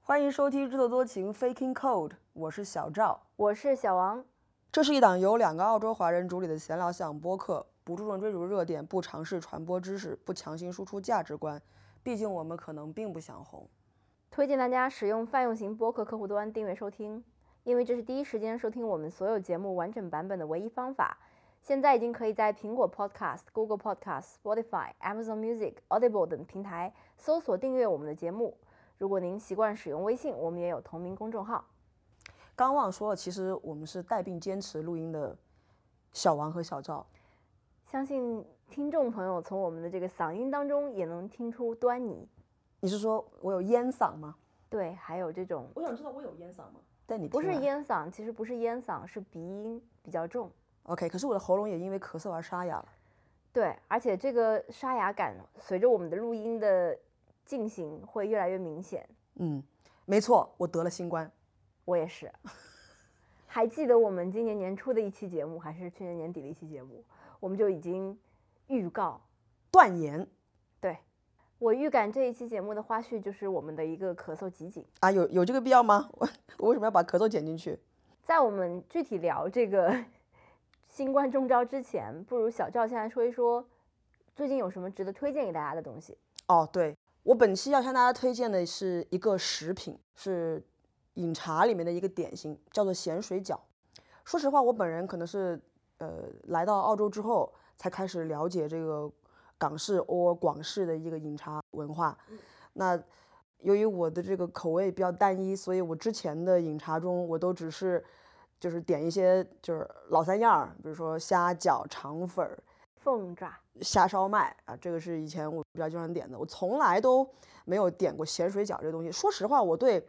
欢迎收听《制作多情 Faking Code》，我是小赵。我是小王，这是一档由两个澳洲华人主理的闲聊项播客，不注重追逐热点，不尝试传播知识，不强行输出价值观。毕竟我们可能并不想红。推荐大家使用泛用型播客客户端订阅收听，因为这是第一时间收听我们所有节目完整版本的唯一方法。现在已经可以在苹果 Podcast、Google Podcast、Spotify、Amazon Music、Audible 等平台搜索订阅我们的节目。如果您习惯使用微信，我们也有同名公众号。刚忘说了，其实我们是带病坚持录音的小王和小赵。相信听众朋友从我们的这个嗓音当中也能听出端倪，你是说我有烟嗓吗？对，还有这种我想知道我有烟嗓吗？但你不听是啊烟嗓，其实不是烟嗓，是鼻音比较重。 OK，可是我的喉咙也因为咳嗽而沙哑了。对，而且这个沙哑感随着我们的录音的进行会越来越明显。嗯，没错，我得了新冠。我也是，还记得我们今年年初的一期节目，还是去年年底的一期节目，我们就已经预告，断言对我预感这一期节目的花絮就是我们的一个咳嗽集锦。啊，有有这个必要吗？ 我我为什么要把咳嗽剪进去？在我们具体聊这个 新冠中招之前，不如小赵先来说一说最近有什么值得推荐给大家的东西。哦，对，我本期要向大家推荐的是一个食品，是饮茶里面的一个点心，叫做咸水饺。说实话，我本人可能是呃来到澳洲之后才开始了解这个港式 or 广式的一个饮茶文化。那由于我的这个口味比较单一，所以我之前的饮茶中我都只是就是点一些就是老三样儿，比如说虾饺、肠粉儿、凤爪，虾烧麦啊，这个是以前我比较经常点的，我从来都没有点过咸水饺这个东西。说实话，我对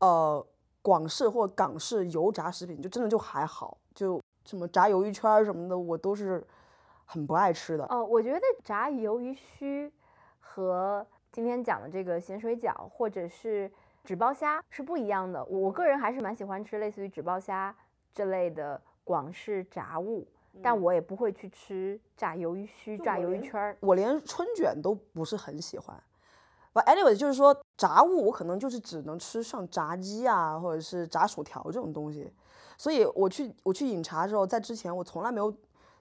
呃广式或港式油炸食品就真的就还好，就什么炸鱿鱼圈儿什么的，我都是很不爱吃的。哦，我觉得炸鱿鱼须和今天讲的这个咸水饺或者是纸包虾是不一样的。我我个人还是蛮喜欢吃类似于纸包虾这类的广式炸物，但我也不会去吃炸鱿鱼须、嗯就炸我鱿鱼连圈儿。我连春卷都不是很喜欢。But anyway，就是说炸物我可能就是只能吃像炸鸡啊，或者是炸薯条这种东西。所以我去我去饮茶的时候，在之前我从来没有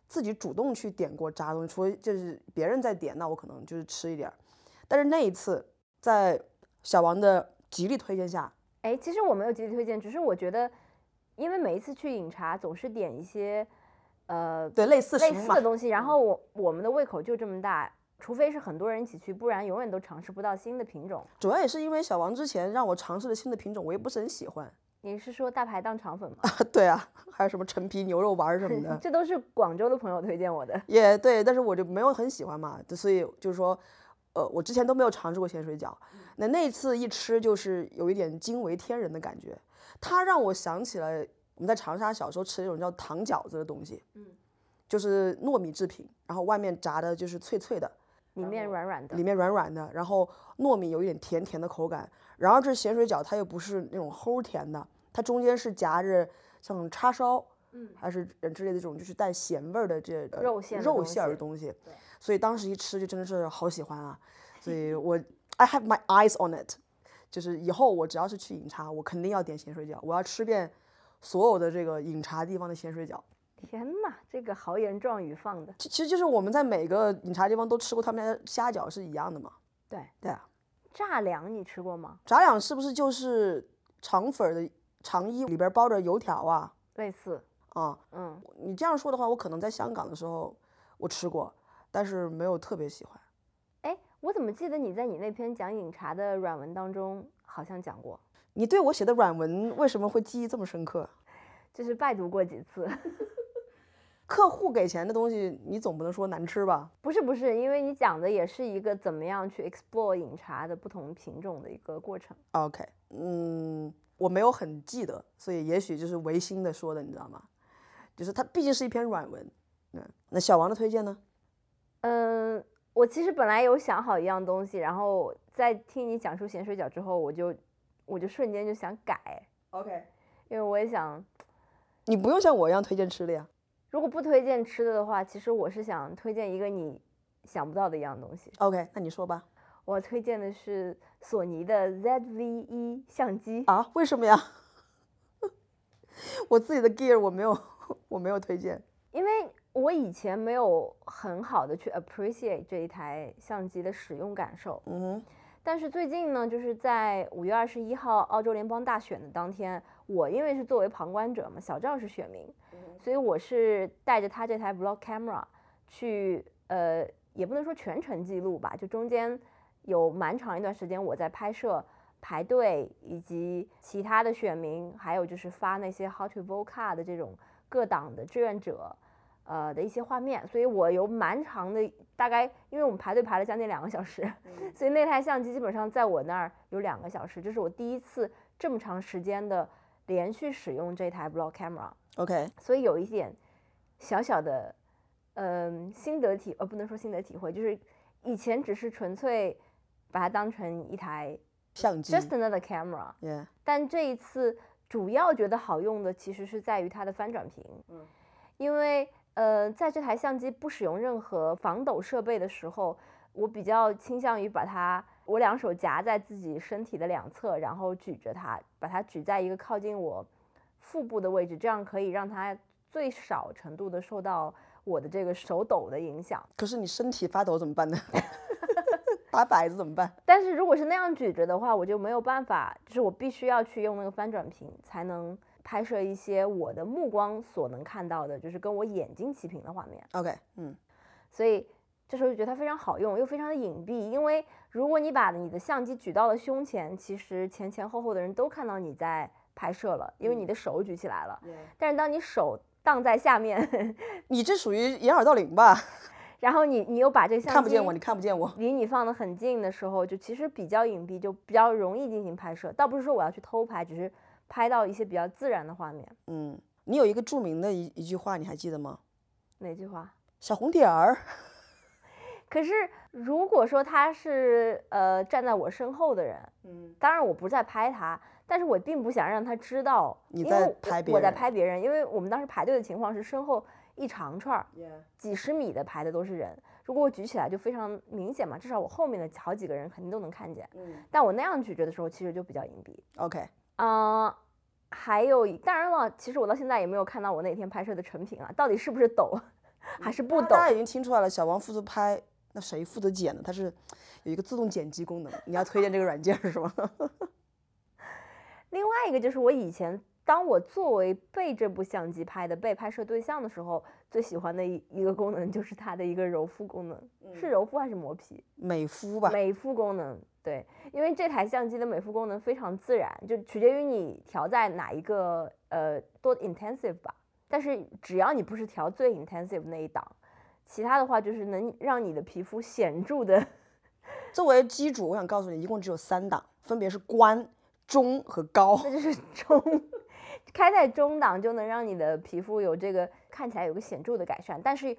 自己主动去点过炸的东西，除非就是别人在点，那我可能就是吃一点儿。但是那一次，在小王的极力推荐下，哎，其实我没有极力推荐，只是我觉得，因为每一次去饮茶总是点一些呃对类似类食物似嘛嗯的，东西，然后我我们的胃口就这么大，除非是很多人一起去，不然永远都尝试不到新的品种。主要也是因为小王之前让我尝试了新的品种，我也不是很喜欢。 你是说大排档肠粉吗？对啊，还有什么陈皮牛肉丸儿什么的。 这都是广州的朋友推荐我的。也对，但是我就没有很喜欢嘛，就所以就是说，呃，我之前都没有尝试过咸水饺，那那次一吃就是有一点惊为天人的感觉，它让我想起了我们在长沙小时候吃的一种叫糖饺子的东西，嗯，就是糯米制品，然后外面炸的就是脆脆的，里面软软的哦里，面软软的，然后糯米有一点甜甜的口感，然后这咸水饺它又不是那种齁甜的，它中间是夹着像叉烧，嗯，还是呃之类的这种就是带咸味儿的这、呃肉馅的肉东馅儿的西东西，所以当时一吃就真的是好喜欢 啊，所以我 I have my eyes on it，就是以后我只要是去饮茶，我肯定要点咸水饺，我要吃遍所有的这个饮茶地方的咸水饺。天哪，这个豪言壮语放的。其其实就是我们在每个饮茶地方都吃过他们家的虾饺是一样的嘛，对，对啊。炸粮你吃过吗？炸两是不是就是肠粉儿的肠衣里边儿包着油条啊？类似，啊，嗯，你这样说的话，我可能在香港的时候我吃过，但是没有特别喜欢。哎，我怎么记得你在你那篇讲饮茶的软文当中好像讲过，你对我写的软文为什么会记忆这么深刻？就是拜读过几次。 客户给钱的东西，你总不能说难吃吧？不是不是，因为你讲的也是一个怎么样去 explore 饮茶的不同品种的一个过程。 OK，嗯，我没有很记得，所以也许就是违心的说的，你知道吗？就是它毕竟是一篇软文。嗯，那小王的推荐呢？嗯，我其实本来有想好一样东西，然后在听你讲述咸水饺之后，我就我就瞬间就想改， OK，因为我也想，你不用像我一样推荐吃的呀。如果不推荐吃的的话，其实我是想推荐一个你想不到的一样东西。 OK，那你说吧。我推荐的是索尼的 ZV-E 相机，啊？为什么呀？ 我自己的 gear 我没有，我没有推荐。因为我以前没有很好的去 appreciate 这一台相机的使用感受，嗯哼，但是最近呢，就是在五月二十一号澳洲联邦大选的当天，我因为是作为旁观者嘛，小赵是选民，所以我是带着他这台 vlog camera 去，呃，也不能说全程记录吧，就中间有蛮长一段时间我在拍摄排队以及其他的选民，还有就是发那些 how to vote card 的这种各党的志愿者。呃的一些画面，所以我有蛮长的，大概因为我们排队排了将近两个小时，所以那台相机基本上在我那儿有两个小时，这是我第一次这么长时间的连续使用这台 vlog camera， OK，所以有一点小小的，嗯、心得体，呃，不能说心得体会，就是以前只是纯粹把它当成一台相机 just another camera， ，yeah，但这一次主要觉得好用的其实是在于它的翻转屏，嗯，因为呃，在这台相机不使用任何防抖设备的时候，我比较倾向于把它，我两手夹在自己身体的两侧，然后举着它，把它举在一个靠近我腹部的位置，这样可以让它最少程度的受到我的这个手抖的影响。可是你身体发抖怎么办 呢？打摆子怎么办？但是如果是那样举着的话，我就没有办法，就是我必须要去用那个翻转屏才能拍摄一些我的目光所能看到的，就是跟我眼睛齐平的画面。 OK，嗯，所以这时候就觉得它非常好用，又非常的隐蔽，因为如果你把你的相机举到了胸前，其实前前后后的人都看到你在拍摄了，因为嗯你的手举起来了。但是当你手荡在下面， 你这属于掩耳盗铃吧？然后你你又把这个相机看不见我，你看不见我。离你放得很近的时候，就其实比较隐蔽，就比较容易进行拍摄。倒不是说我要去偷拍，只是拍到一些比较自然的画面。嗯，你有一个著名的一一句话，你还记得吗？哪句话？小红点儿，可是如果说他是呃站在我身后的人，嗯，当然我不是在拍他，但是我并不想让他知道你因为在我拍别我在人拍别人，因为我们当时排队的情况是身后一长串儿几十米的排的都是人，如果我举起来就非常明显嘛，至少我后面的好几个人肯定都能看见。嗯但我那样举着的时候，其实就比较隐蔽。 ，OK，嗯、还有一当然了，其实我到现在也没有看到我那天拍摄的成品啊，到底是不是抖，还是不大抖？家已经听出来了，小王负责拍，那谁负责剪呢？它是有一个自动剪辑功能，你要推荐这个软件儿是 吗？另外一个就是我以前当我作为被这部相机拍的被拍摄对象的时候，最喜欢的一一个功能就是它的一个柔肤功能，嗯是柔肤还是磨皮？美肤吧，美肤功能，对，因为这台相机的美肤功能非常自然，就取决于你调在哪一个呃多 intensive 吧。但是只要你不是调最 intensive 那一档，其他的话就是能让你的皮肤显著的作为机主，我想告诉你，一共只有三档，分别是关、中和高。那就是中， 开在中档就能让你的皮肤有这个看起来有个显著的改善，但是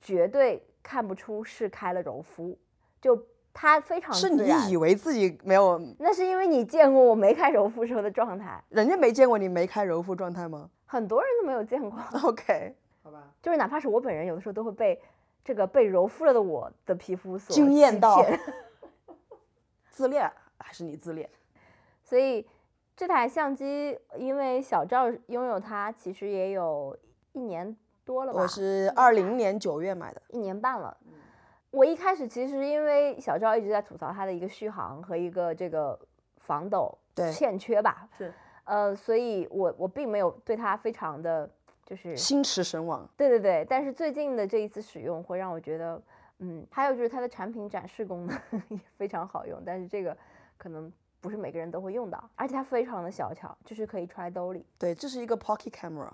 绝对看不出是开了柔肤，就它非常是自然你以为自己没有，那是因为你见过我没开柔肤时候的状态，人家没见过你没开柔肤状态吗很多人都没有见过， ？OK，好吧，就是哪怕是我本人，有的时候都会被这个被柔肤了的我的皮肤 所惊艳欺到骗 自恋还是你自恋？所以这台相机，因为小赵拥有它，其实也有一年多了吧，我是嗯二零年九月买的，一年半了。我一开始其实因为小赵一直在吐槽它的一个续航和一个这个防抖对欠缺吧，是呃，所以我我并没有对它非常的就是心驰神往。对对对，但是最近的这一次使用会让我觉得，嗯，还有就是它的产品展示功能 也非常好用，但是这个可能不是每个人都会用到，而且它非常的小巧，就是可以揣兜里。对，这是一个 Pocket Camera，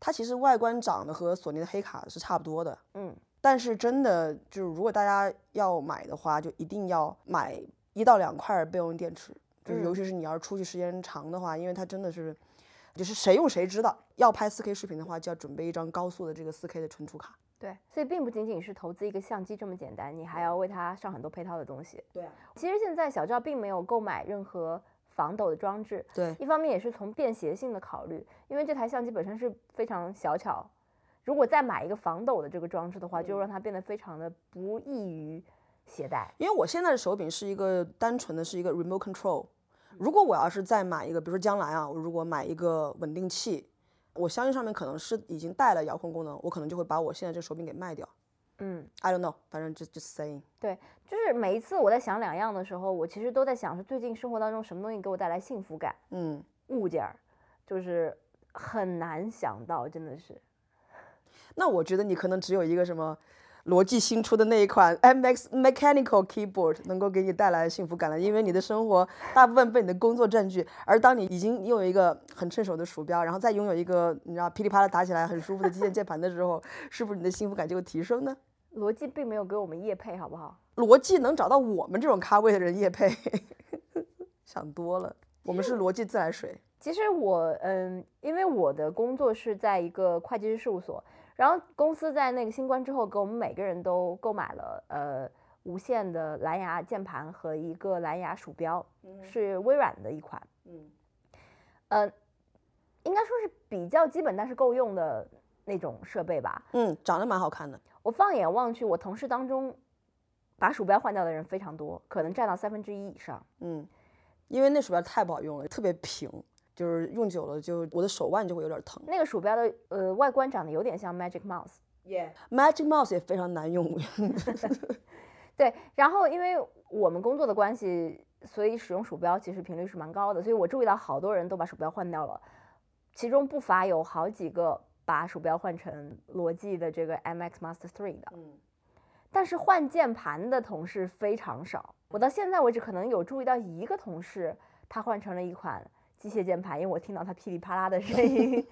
它其实外观长得和索尼的黑卡是差不多的，嗯，但是真的就是如果大家要买的话，就一定要买一到两块备用电池，就是嗯尤其是你要是出去时间长的话，因为它真的是，就是谁用谁知道。要拍 4K 视频的话，就要准备一张高速的这个 4K 的存储卡。对，所以并不仅仅是投资一个相机这么简单，你还要为它上很多配套的东西。对啊，其实现在小赵并没有购买任何防抖的装置，对，一方面也是从便携性的考虑，因为这台相机本身是非常小巧，如果再买一个防抖的这个装置的话，就让它变得非常的不易于携带？因为我现在的手柄是一个单纯的是一个 remote control。如果我要是再买一个，比如说将来啊，我如果买一个稳定器，我相信上面可能是已经带了遥控功能，我可能就会把我现在这个手柄给卖掉。嗯， I don't know，反正就就 saying。对，就是每一次我在想两样的时候，我其实都在想是最近生活当中什么东西给我带来幸福感，嗯，物件儿，就是很难想到，真的是。那我觉得你可能只有一个什么。罗技新出的那一款 MX Mechanical Keyboard 能够给你带来幸福感了，因为你的生活大部分被你的工作占据，而当你已经拥有一个很趁手的鼠标，然后再拥有一个你知道噼里啪啦打起来很舒服的机械键盘的时候，是不是你的幸福感就会提升呢？逻辑并没有给我们业配，好不好？罗技能找到我们这种咖位的人夜配， 想多了，我们是罗技自来水。其实我嗯，因为我的工作是在一个会计师事务所，然后公司在那个新冠之后，给我们每个人都购买了呃无线的蓝牙键盘和一个蓝牙鼠标，是微软的一款，嗯呃，应该说是比较基本但是够用的那种设备吧。嗯，长得蛮好看的。我放眼望去，我同事当中把鼠标换掉的人非常多，可能占到三分之一以上。嗯，因为那鼠标太不好用了，特别平，就是用久了就我的手腕就会有点疼。那个鼠标的呃外观长得有点像 Magic Mouse。 Magic Mouse 也非常难用， 对，然后因为我们工作的关系，所以使用鼠标其实频率是蛮高的，所以我注意到好多人都把鼠标换掉了，其中不乏有好几个把鼠标换成罗技的这个 MX Master Three 的，嗯，但是换键盘的同事非常少。我到现在为止可能有注意到一个同事，他换成了一款机械键盘，因为我听到他噼里啪啦的声音。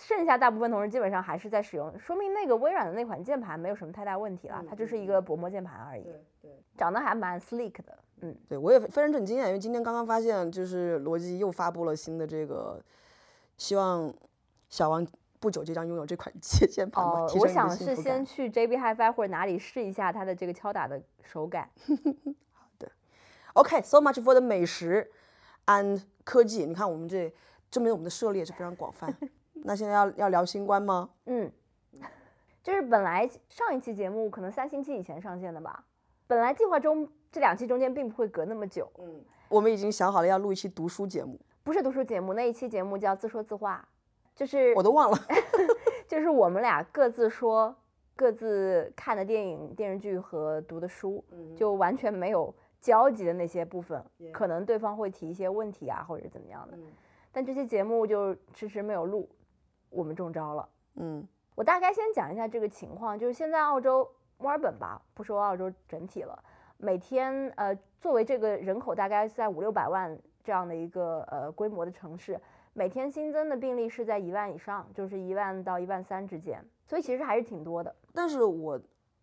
剩下大部分同事基本上还是在使用，说明那个微软的那款键盘没有什么太大问题了，它就是一个薄膜键盘而已。对长得还蛮 sleek 的，嗯，对，我也非常震惊啊，因为今天刚刚发现，就是罗技又发布了新的这个，希望小王不久即将拥有这款 机械键盘吧，哦提，升我你的想幸是福先感去 JB HiFi 或者哪里试一下它的这个敲打的手感。 OK，so、much for the 美食 and 科技。你看我们这证明我们的涉猎是非常广 泛。那现在要要聊新冠吗？嗯，就是本来上一期节目可能三星期以前上线的吧，本来计划中这两期中间并不会隔那么久，嗯，我们已经想好了要录一期读书节目，不是读书节目，那一期节目叫自说自话，就是我都忘了。就是我们俩各自说各自看的电影、电视剧和读的书，就完全没有交集的那些部分，可能对方会提一些问题啊，或者怎么样的。但这期节目就迟迟没有录，我们中招了。嗯我大概先讲一下这个情况，就是现在澳洲墨尔本吧，不说澳洲整体了，每天呃，作为这个人口大概在五六百万这样的一个呃规模的城市，每天新增的病例是在一万以上，就是一万到一万三之间，所以其实还是挺多的。但是我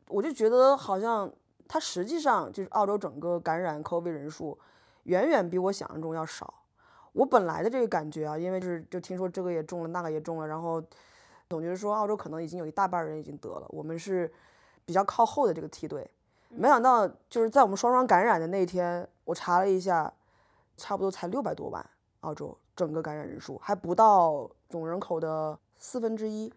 我就觉得好像它实际上就是澳洲整个感染 COVID 人数远远比我想象中要少。我本来的这个感觉啊，因为就是就听说这个也中了，那个也中了，然后总觉得说澳洲可能已经有一大半儿人已经得了，我们是比较靠后的这个梯队。没想到就是在我们双双感染的那一天，我查了一下，差不多才六百多万澳洲整个感染人数，还不到总人口的四分之一。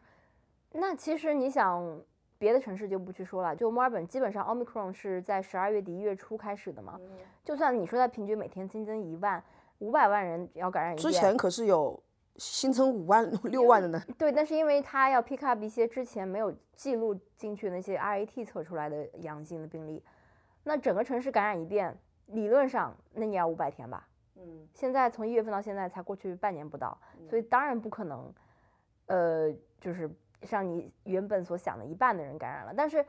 那其实你想，别的城市就不去说了，就墨尔本基本上 Omicron 是在十二月底一月初开始的嘛，就算你说它平均每天新增一万。五百万人要感染一之遍，前可是有新增五万六万的呢。 对，但是因为他要 pick up 一些之前没有记录进去的那些 RAT 测出来的阳性的病例，那整个城市感染一遍，理论上那你要五百天吧？嗯，现在从一月份到现在才过去半年不到，所以当然不可能，呃，就是像你原本所想的一半的人感染了。但是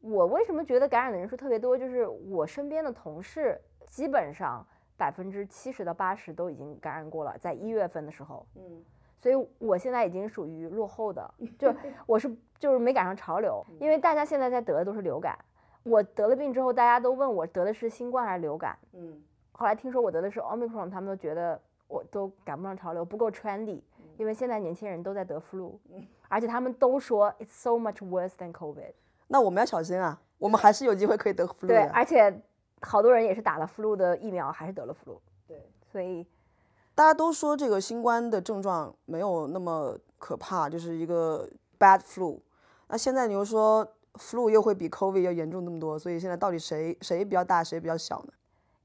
我为什么觉得感染的人数特别多？就是我身边的同事基本上百分之七十到八十都已经感染过了，在一月份的时候。嗯，所以我现在已经属于落后的，就我是就是没赶上潮流，因为大家现在在得的都是流感。我得了病之后，大家都问我得的是新冠还是流感。嗯，后来听说我得的是 omicron，他们都觉得我都赶不上潮流，不够 trendy，因为现在年轻人都在得 flu，而且他们都说 it's so much worse than covid。那我们要小心啊，我们还是有机会可以得 flu 对，的。而且好多人也是打了 flu 的疫苗，还是得了 flu。对，所以大家都说这个新冠的症状没有那么可怕，就是一个 bad flu。那现在你又说 flu 又会比 covid 要严重那么多，所以现在到底谁谁比较大，谁比较小呢？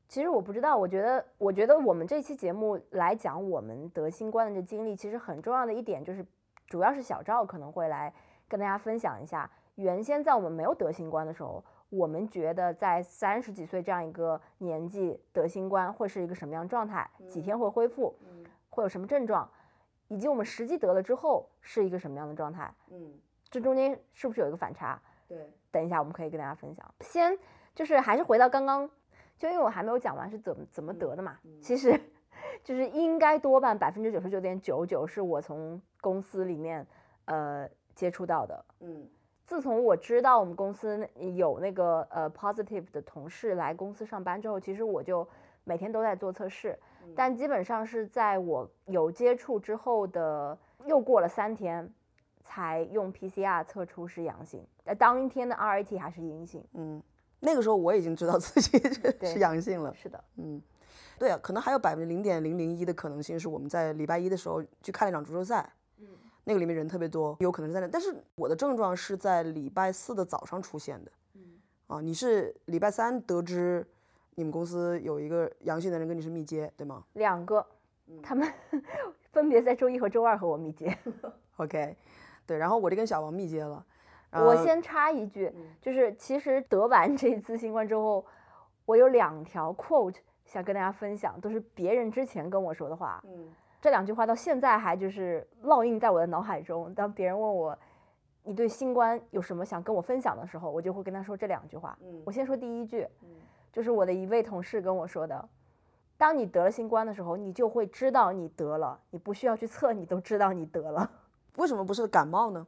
其实我不知道，我觉得，我觉得我们这期节目来讲我们得新冠的这经历，其实很重要的一点就是，主要是小赵可能会来跟大家分享一下，原先在我们没有得新冠的时候，我们觉得在三十几岁这样一个年纪得新冠会是一个什么样的状态，几天会恢复，会有什么症状，以及我们实际得了之后是一个什么样的状态，嗯，这中间是不是有一个反差？对，等一下我们可以跟大家分享。先就是还是回到刚刚，就因为我还没有讲完是怎么怎么得的嘛，其实 就是应该多半百分之九十九点九九是我从公司里面呃接触到的。嗯自从我知道我们公司那有那个呃 positive 的同事来公司上班之后，其实我就每天都在做测试，但基本上是在我有接触之后的又过了三天，才用 PCR 测出是阳性，呃，当天的 RAT 还是阴性。嗯，那个时候我已经知道自己 是对是阳性了。是的，嗯，对啊，可能还有百分之零点零零一的可能性是我们在礼拜一的时候去看了一场足球赛，嗯，那个里面人特别多，有可能是在那。但是我的症状是在礼拜四的早上出现的，嗯，啊，你是礼拜三得知你们公司有一个阳性的人跟你是密接，对吗两个，他们 分别在周一和周二和我密接。 ？OK，对， 然后我就跟小王密接了，我呃先插一句，就是其实得完这一次新冠之后，我有两条 quote 想跟大家分享，都是别人之前跟我说的话。嗯这两句话到现在还就是烙印在我的脑海中。当别人问我你对新冠有什么想跟我分享的时候，我就会跟他说这两句话。嗯我先说第一句，嗯就是我的一位同事跟我说的：当你得了新冠的时候，你就会知道你得了，你不需要去测，你都知道你得了。为什么不是感冒呢？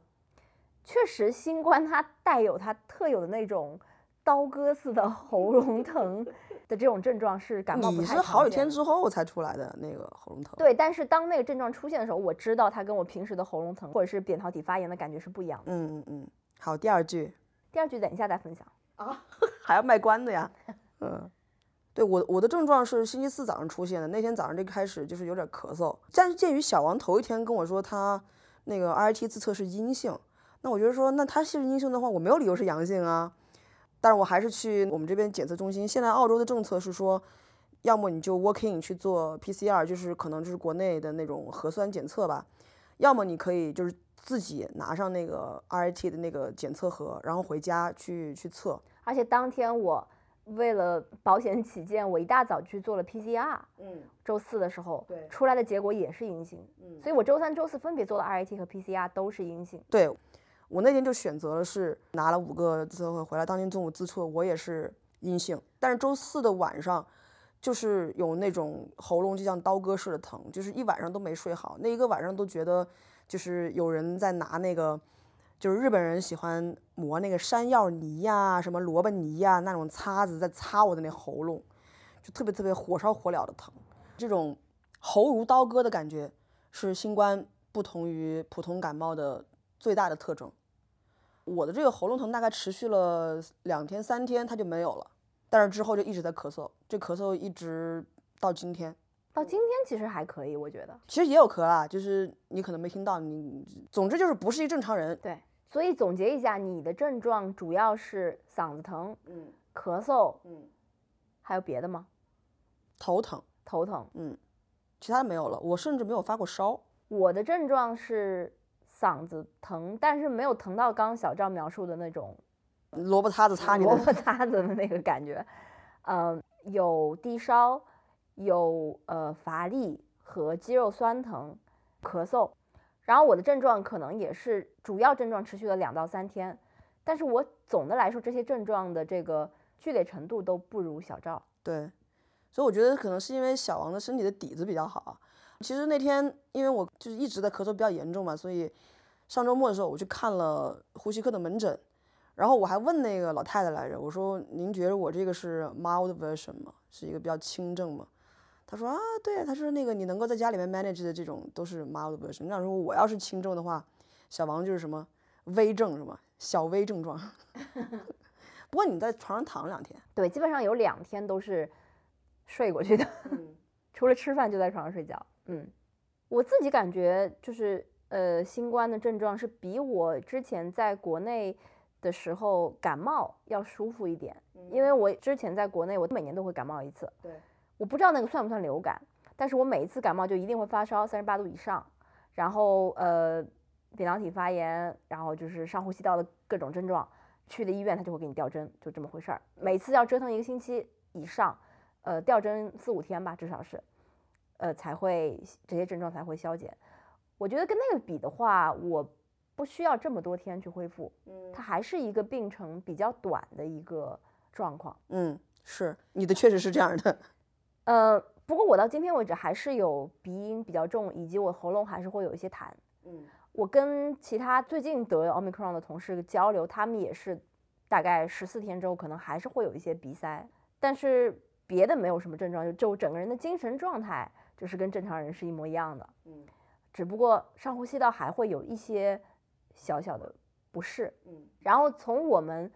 确实，新冠它带有它特有的那种刀割似的 喉咙 疼的这种症状，是感冒不你太是好常几天见的之后才出来的那个喉咙疼，对，但是当那个症状出现的时候，我知道它跟我平时的喉咙疼或者是扁桃体发炎的感觉是不一样的。嗯嗯嗯，好，第二句。第二句等一下再分享。还要卖关子呀。嗯，对我我的症状是星期四早上出现的，那天早上就开始就是有点咳嗽，但是鉴于小王头一天跟我说他那个 RT 自测是阴性，那我觉得说那他是阴性的话，我没有理由是阳性啊。但是我还是去我们这边检测中心。现在澳洲的政策是说，要么你就 walk in 去做 PCR，就是可能就是国内的那种核酸检测吧，要么你可以就是自己拿上那个 RT 的那个检测盒，然后回家去去测。而且当天我为了保险起见，我一大早去做了 PCR，嗯周四的时候对出来的结果也是阴性，嗯，所以我周三、周四分别做了 RAT 和 PCR，都是阴性。对，我那天就选择了是拿了五个自测盒回来，当天中午自测我也是阴性，但是周四的晚上就是有那种喉咙就像刀割似的疼，就是一晚上都没睡好，那一个晚上都觉得就是有人在拿那个。就是日本人喜欢磨那个山药泥呀、什么萝卜泥呀、那种擦子在擦我的那喉咙，就特别特别火烧火燎的疼。这种喉如刀割的感觉是新冠不同于普通感冒的最大的特征。我的这个喉咙疼大概持续了两天三天，它就没有了，但是之后就一直在咳嗽，这咳嗽一直到今天。到今天其实还可以，我觉得。其实也有咳啦，就是你可能没听到，你总之就是不是一正常人。对，所以总结一下，你的症状主要是嗓子疼、嗯咳嗽，嗯，还有别的吗？头疼，嗯头疼。其他没有了。我甚至没有发过烧。我的症状是嗓子疼，但是没有疼到刚刚小赵描述的那种萝卜擦子擦你萝的，卜擦子的那个感觉。嗯，有低烧，有呃乏力和肌肉酸疼、咳嗽。然后我的症状可能也是主要症状持续了两到三天，但是我总的来说这些症状的这个剧烈程度都不如小赵。对，所以我觉得可能是因为小王的身体的底子比较好啊。其实那天因为我就是一直在咳嗽比较严重嘛，所以上周末的时候我去看了呼吸科的门诊，然后我还问那个老太太来着，我说您觉得我这个是 mild version 吗？是一个比较轻症吗？她说啊，对啊，她说那个你能够在家里面 manage 的这种都是 mild version。那如果我要是轻症的话，小王就是什么危症是吗？小危症状。 不过你在床上躺了两天，对，基本上有两天都是睡过去的， 除了吃饭就在床上睡觉。嗯，我自己感觉就是呃，新冠的症状是比我之前在国内的时候感冒要舒服一点，因为我之前在国内，我每年都会感冒一次。对，我不知道那个算不算流感，但是我每一次感冒就一定会发烧三十八度以上，然后呃扁桃体发炎，然后就是上呼吸道的各种症状，去了医院他就会给你吊针，就这么回事儿。每次要折腾一个星期以上，呃吊针四五天吧，至少是，呃才会这些症状才会消减。我觉得跟那个比的话，我不需要这么多天去恢复，嗯它还是一个病程比较短的一个状况。嗯，是你的确实是这样的。 呃，不过我到今天为止还是有鼻音比较重，以及我喉咙还是会有一些痰。嗯我跟其他最近得 Omicron 的同事交流，他们也是大概十四天之后，可能还是会有一些鼻塞，但是别的没有什么症状，就就我整个人的精神状态就是跟正常人是一模一样的，嗯只不过上呼吸道还会有一些小小的不适。嗯然后从我们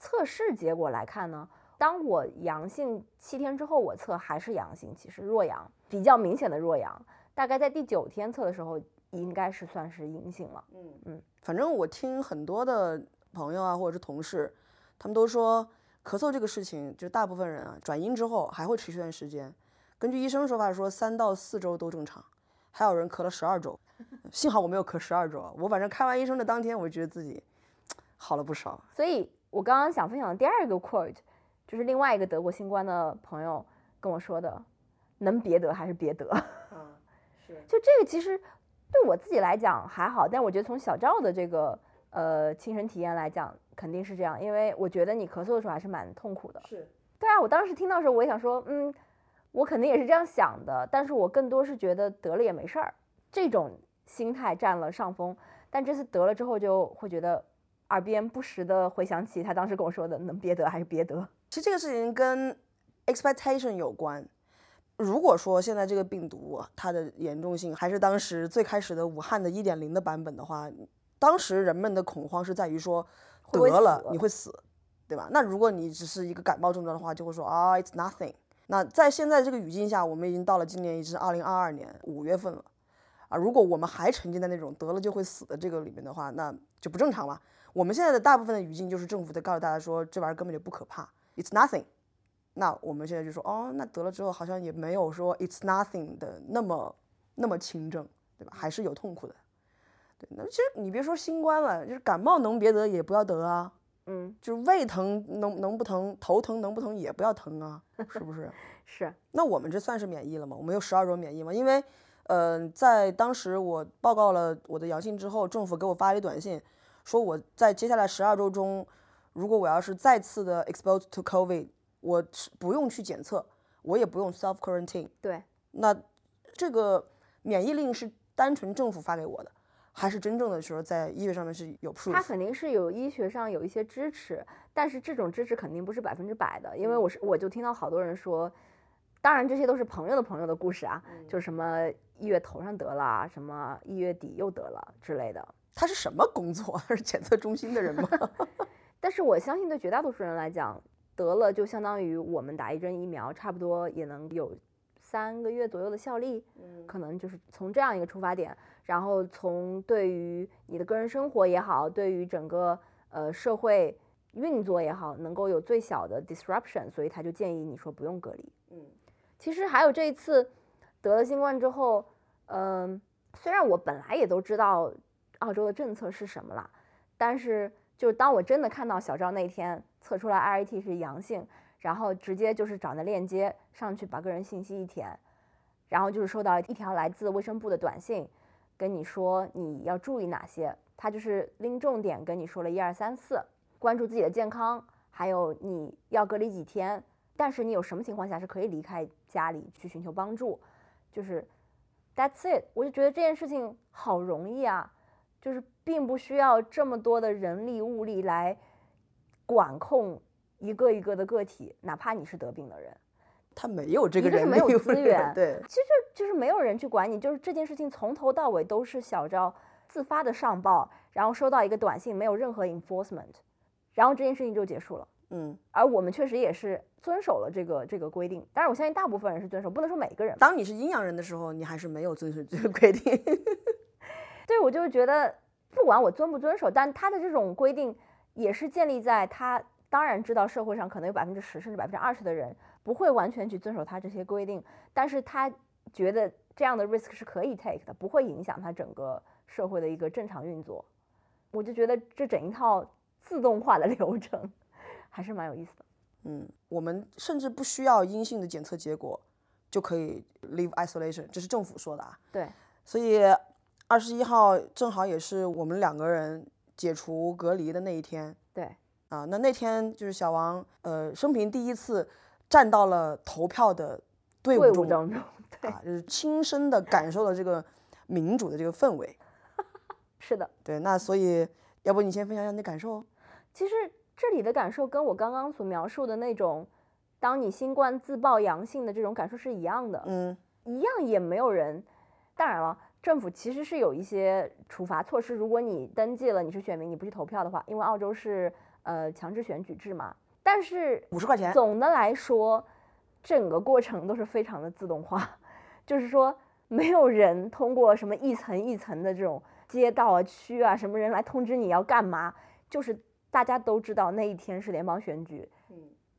测试结果来看呢，当我阳性七天之后，我测还是阳性，其实弱阳，比较明显的弱阳。大概在第九天测的时候，应该是算是阴性了。嗯嗯，反正我听很多的朋友啊，或者是同事，他们都说咳嗽这个事情，就是大部分人啊转阴之后还会持续一段时间。根据医生说法说，三到四周都正常，还有人咳了十二周。 幸好我没有咳十二周啊，我反正看完医生的当天，我就觉得自己好了不少。所以我刚刚想分享的第二个 quote，就是另外一个德国新冠的朋友跟我说的，能别得还是别得。 啊，是，就这个其实对我自己来讲还好，但我觉得从小赵的这个呃亲身体验来讲，肯定是这样，因为我觉得你咳嗽的时候还是蛮痛苦的。是，对啊，我当时听到的时候，我也想说，嗯，我肯定也是这样想的，但是我更多是觉得得了也没事儿，这种心态占了上风。但这次得了之后，就会觉得耳边不时的回想起他当时跟我说的，能别得还是别得。其实这个事情跟 expectation 有关。如果说现在这个病毒啊它的严重性还是当时最开始的武汉的1.0的版本的话，当时人们的恐慌是在于说会得不会了死你会死，对吧？那如果你只是一个感冒症状的话，就会说啊、i t s nothing。那在现在这个语境下，我们已经到了今年已经是2022年五月份了啊！如果我们还沉浸在那种得了就会死的这个里面的话，那就不正常了。我们现在的大部分的语境就是政府在告诉大家说这玩意儿根本就不可怕，it's nothing。那我们现在就说，哦，那得了之后好像也没有说 it's nothing 的那么那么轻症，对吧？还是有痛苦的。对，那其实你别说新冠了，就是感冒能别得也不要得啊，嗯，就是胃疼能能不疼，头疼能不疼也不要疼啊，是不是？是，那我们这算是免疫了吗？我们有十二周免疫吗？因为，呃，在当时我报告了我的阳性之后，政府给我发了一短信，说我在接下来十二周中，如果我要是再次的 exposed to COVID，我是不用去检测，我也不用 self quarantine。对，那这个免疫令是单纯政府发给我的，还是真正的说在医学上面是有 proof？它肯定是有医学上有一些支持，但是这种支持肯定不是百分之百的，因为我是我就听到好多人说，当然这些都是朋友的朋友的故事啊，就是什么一月头上得了，啊什么一月底又得了之类的。他是什么工作？ 他是检测中心的人吗？ 但是我相信对绝大多数人来讲，得了就相当于我们打一针疫苗，差不多也能有三个月左右的效力。可能就是从这样一个出发点，然后从对于你的个人生活也好，对于整个呃社会运作也好，能够有最小的 disruption，所以他就建议你说不用隔离。嗯其实还有这一次得了新冠之后，嗯、虽然我本来也都知道澳洲的政策是什么啦，但是就是当我真的看到小赵那天测出来 RIT 是阳性，然后直接就是找那链接上去把个人信息一填，然后就是收到一条来自卫生部的短信，跟你说你要注意哪些，他就是拎重点跟你说了一二三四，关注自己的健康，还有你要隔离几天，但是你有什么情况下是可以离开家里去寻求帮助，就是 that's it。我就觉得这件事情好容易啊，就是并不需要这么多的人力物力来管控一个一个的个体，哪怕你是得病的人，他没有这一个是人没力有物资力源对，其实就就是没有人去管你，就是这件事情从头到尾都是小赵自发的上报，然后收到一个短信，没有任何 enforcement，然后这件事情就结束了。嗯。而我们确实也是遵守了这个这个规定，但是我相信大部分人是遵守，不能说每个人吧。当你是阴阳人的时候，你还是没有遵守这个规定。 对，我就觉得不管我遵不遵守，但他的这种规定也是建立在他当然知道社会上可能有百分之十甚至百分之二十的人不会完全去遵守他这些规定，但是他觉得这样的 risk 是可以 take 的，不会影响他整个社会的一个正常运作。我就觉得这整一套自动化的 流程还是蛮有意思的。嗯，我们甚至不需要阴性的检测结果就可以 leave isolation，这是政府说的啊。对，所以二十一号正好也是我们两个人解除隔离的那一天对，啊。那那天就是小王，呃，生平第一次站到了投票的队队伍伍中当中，对，啊，就是亲身的感受了这个民主的这个氛围。 是的。对，那所以要不你先分享一下你的感受？其实这里的感受跟我刚刚所描述的那种，当你新冠自曝阳性的这种感受是一样的，嗯一样也没有人。当然了，政府其实是有一些处罚措施，如果你登记了你是选民，你不去投票的话，因为澳洲是呃强制选举制嘛。但是五十块钱。总的来说，整个过程都是非常的自动化，就是说没有人通过什么一层一层的这种街道啊、区啊什么人来通知你要干嘛，就是大家都知道那一天是联邦选举，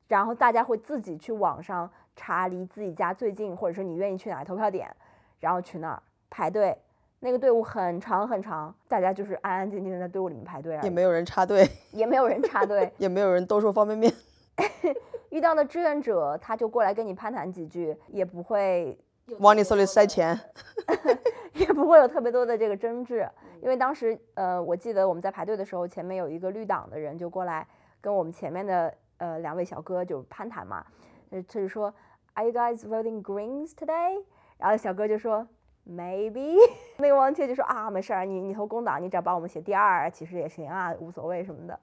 然后大家会自己去网上查离自己家最近，或者说你愿意去哪个投票点，然后去那儿排队。那个队伍很长很长，大家就是安安静静地在队伍里面排队而也已，没有人插队，也没有人插队，也没有人兜售方便面。遇到的志愿者，他就过来跟你攀谈几句，也不会往你手里塞钱。也不会有特别多的这个争执，因为当时呃，我记得我们在排队的时候，前面有一个绿党的人就过来跟我们前面的呃两位小哥就攀谈嘛，呃他就说 Are you guys voting Greens today？然后小哥就说 Maybe，那 个王切就说啊没事儿，你你投工党，你只要把我们写第二其实也行啊，无所谓什么的，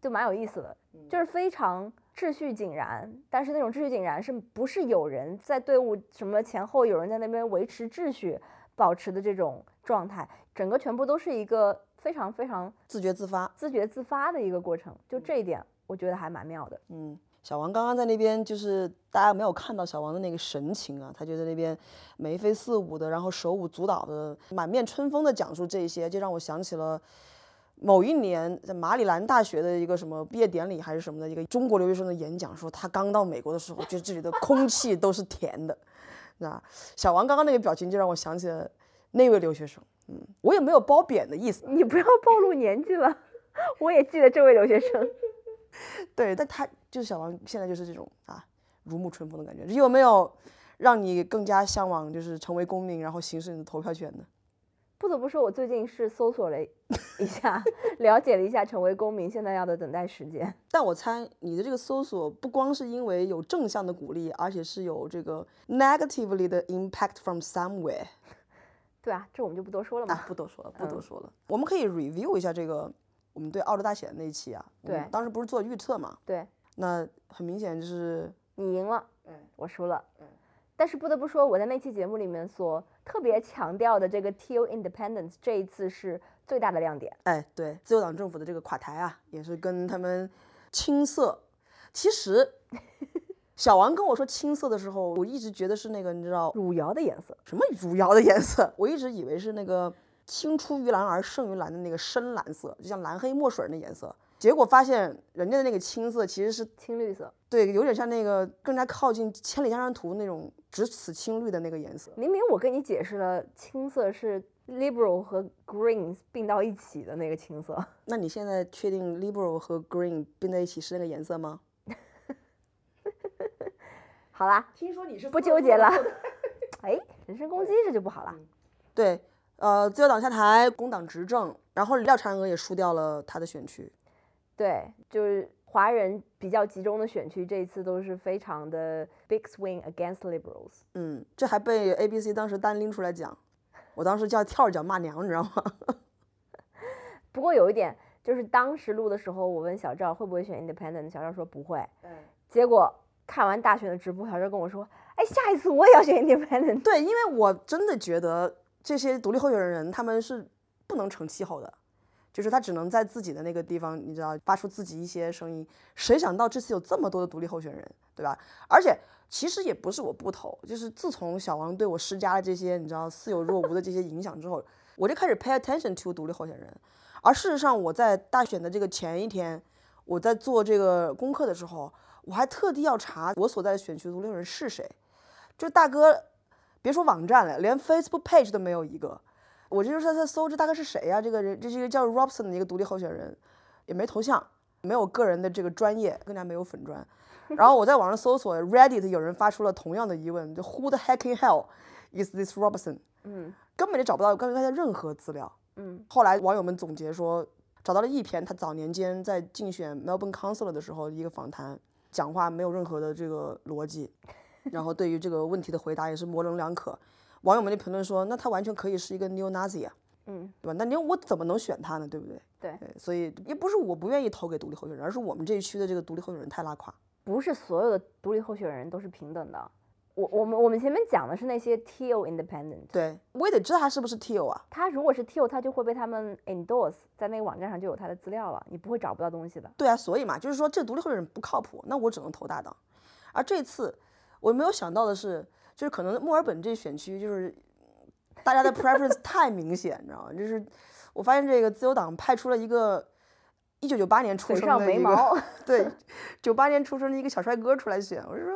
就蛮有意思的，就是非常秩序井然，但是那种秩序井然是不是有人在队伍什么前后有人在那边维持秩序，保持的这种状态，整个全部都是一个非常非常自觉自发。自觉自发的一个过程，就这一点我觉得还蛮妙的。嗯，小王刚刚在那边，就是大家没有看到小王的那个神情啊，他就在那边眉飞四舞的，然后手舞足蹈的，满面春风的讲述这些，就让我想起了。某一年，在马里兰大学的一个什么毕业典礼还是什么的，一个中国留学生的演讲说，他刚到美国的时候，觉得这里的空气都是甜的。那小王刚刚那个表情就让我想起了那位留学生。嗯，我也没有褒贬的意思，你不 要暴露年纪了， 我也记得这位留学生。 对，但他就是小王，现在就是这种啊，如沐春风的感觉。有没有让你更加向往，就是成为公民，然后行使你的投票权呢？不得不说，我最近是搜索了一 下，了解了一下成为公民现在要的等待时间。但我猜你的这个搜索不光是因为有正向的鼓励，而且是有这个 negatively 的 impact from somewhere 对啊，这我们就不多说了嘛。啊，不多说了，不多说了。我们可以 review 一下这个我们对澳洲大选的那一期啊，我们对当时不是做预测嘛？对那很明显就是你赢了，我输了。但是不得不说，我在那期节目里面所特别强调的这个 Till Independence 这一次是最大的亮点。哎，对，自由党政府的这个垮台啊，也是跟他们青涩。其实，小王跟我说青涩的时候，我一直觉得是那个你知道汝窑的颜色，什么汝窑的颜色，我一直以为是那个青出于蓝而胜于蓝的那个深蓝色，就像蓝黑墨水儿那颜色。结果发现人家的那个青色其实是青绿色，对，有点像那个更加靠近《千里江山图》那种只此青绿的那个颜色。明明我跟你解释了，青色是 liberal 和 greens 并到一起的那个青色。那你现在确定 liberal 和 green 并在一起是那个颜色吗？好啦， 听说你是不纠结了。 哎，人身攻击这就不好了。对，呃，自由党下台，工党执政，然后廖婵娥也输掉了他的选区。对，就是华人比较集中的选区，这一次都是非常的 big swing against liberals。嗯，这还被 ABC 当时单拎出来讲，我当时叫跳着脚骂娘，你知道吗？不过有一点，就是当时录的时候，我问小赵会不会选 independent，小赵说不会。结果看完大选的直播，小赵跟我说：“哎，下一次我也要选 independent。对，因为我真的觉得这些独立候选人他们是不能成气候的，就是他只能在自己的那个地方，你知道，发出自己一些声音。谁想到这次有这么多的独立候选人，对吧？而且其实也不是我不投，就是自从小王对我施加了这些你知道似有若无的这些影响之后，我就开始 pay attention to 独立候选人。而事实上，我在大选的这个前一天，我在做这个功课的时候，我还特地要查我所在的选区的独立候选人是谁。这大哥，别说网站了，连 Facebook page 都没有一个。我这就是在在搜这大哥是谁呀、这个人，这是一个叫 Robson 的一个独立候选人，也没头像，没有个人的这个专业，更加没有粉砖。然后我在网上搜索 Reddit，有人发出了同样的疑问，就 Who the heck in hell is this Robson？嗯根本就找不到关于他的任何资料。嗯后来网友们总结说，找到了一篇他早年间在竞选 Melbourne Council 的时候一个访谈，讲话没有任何的这个逻辑，然后对于这个问题的回答也是模棱两可。网友们就评论说，那他完全可以是一个 neo Nazi 啊，嗯，对吧？那你我怎么能选他呢？对不对？对，所以也不是我不愿意投给独立候选人，而是我们这一区的这个独立候选人太拉垮。不是所有的独立候选人都是平等的。我我们我们前面讲的是那些 TO independent，对，我也得知道他是不是 T O 啊。他如果是 TO，他就会被他们 endorse，在那个网站上就有他的资料了，你不会找不到东西的。对啊，所以嘛，就是说这独立候选人不靠谱，那我只能投大党。而这次我没有想到的是，就是可能墨尔本这选区就是大家的 preference 太明显，你知道吗？就是我发现这个自由党派出了一个一九九八年出腿生上的没一个，毛， 对，九八年出生的一个小帅哥出来选，我就说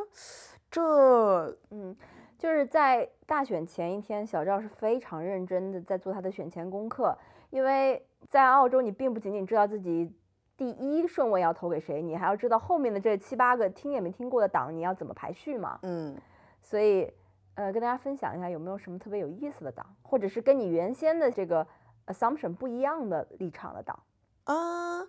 这嗯，就是在大选前一天，小赵是非常认真的在做他的选前功课，因为在澳洲，你并不仅仅知道自己第一顺位要投给谁，你还要知道后面的这七八个听也没听过的党，你要怎么排序嘛。嗯。所以，呃，跟大家分享一下有没有什么特别有意思的党，或者是跟你原先的这个 assumption 不一样的立场的党。啊，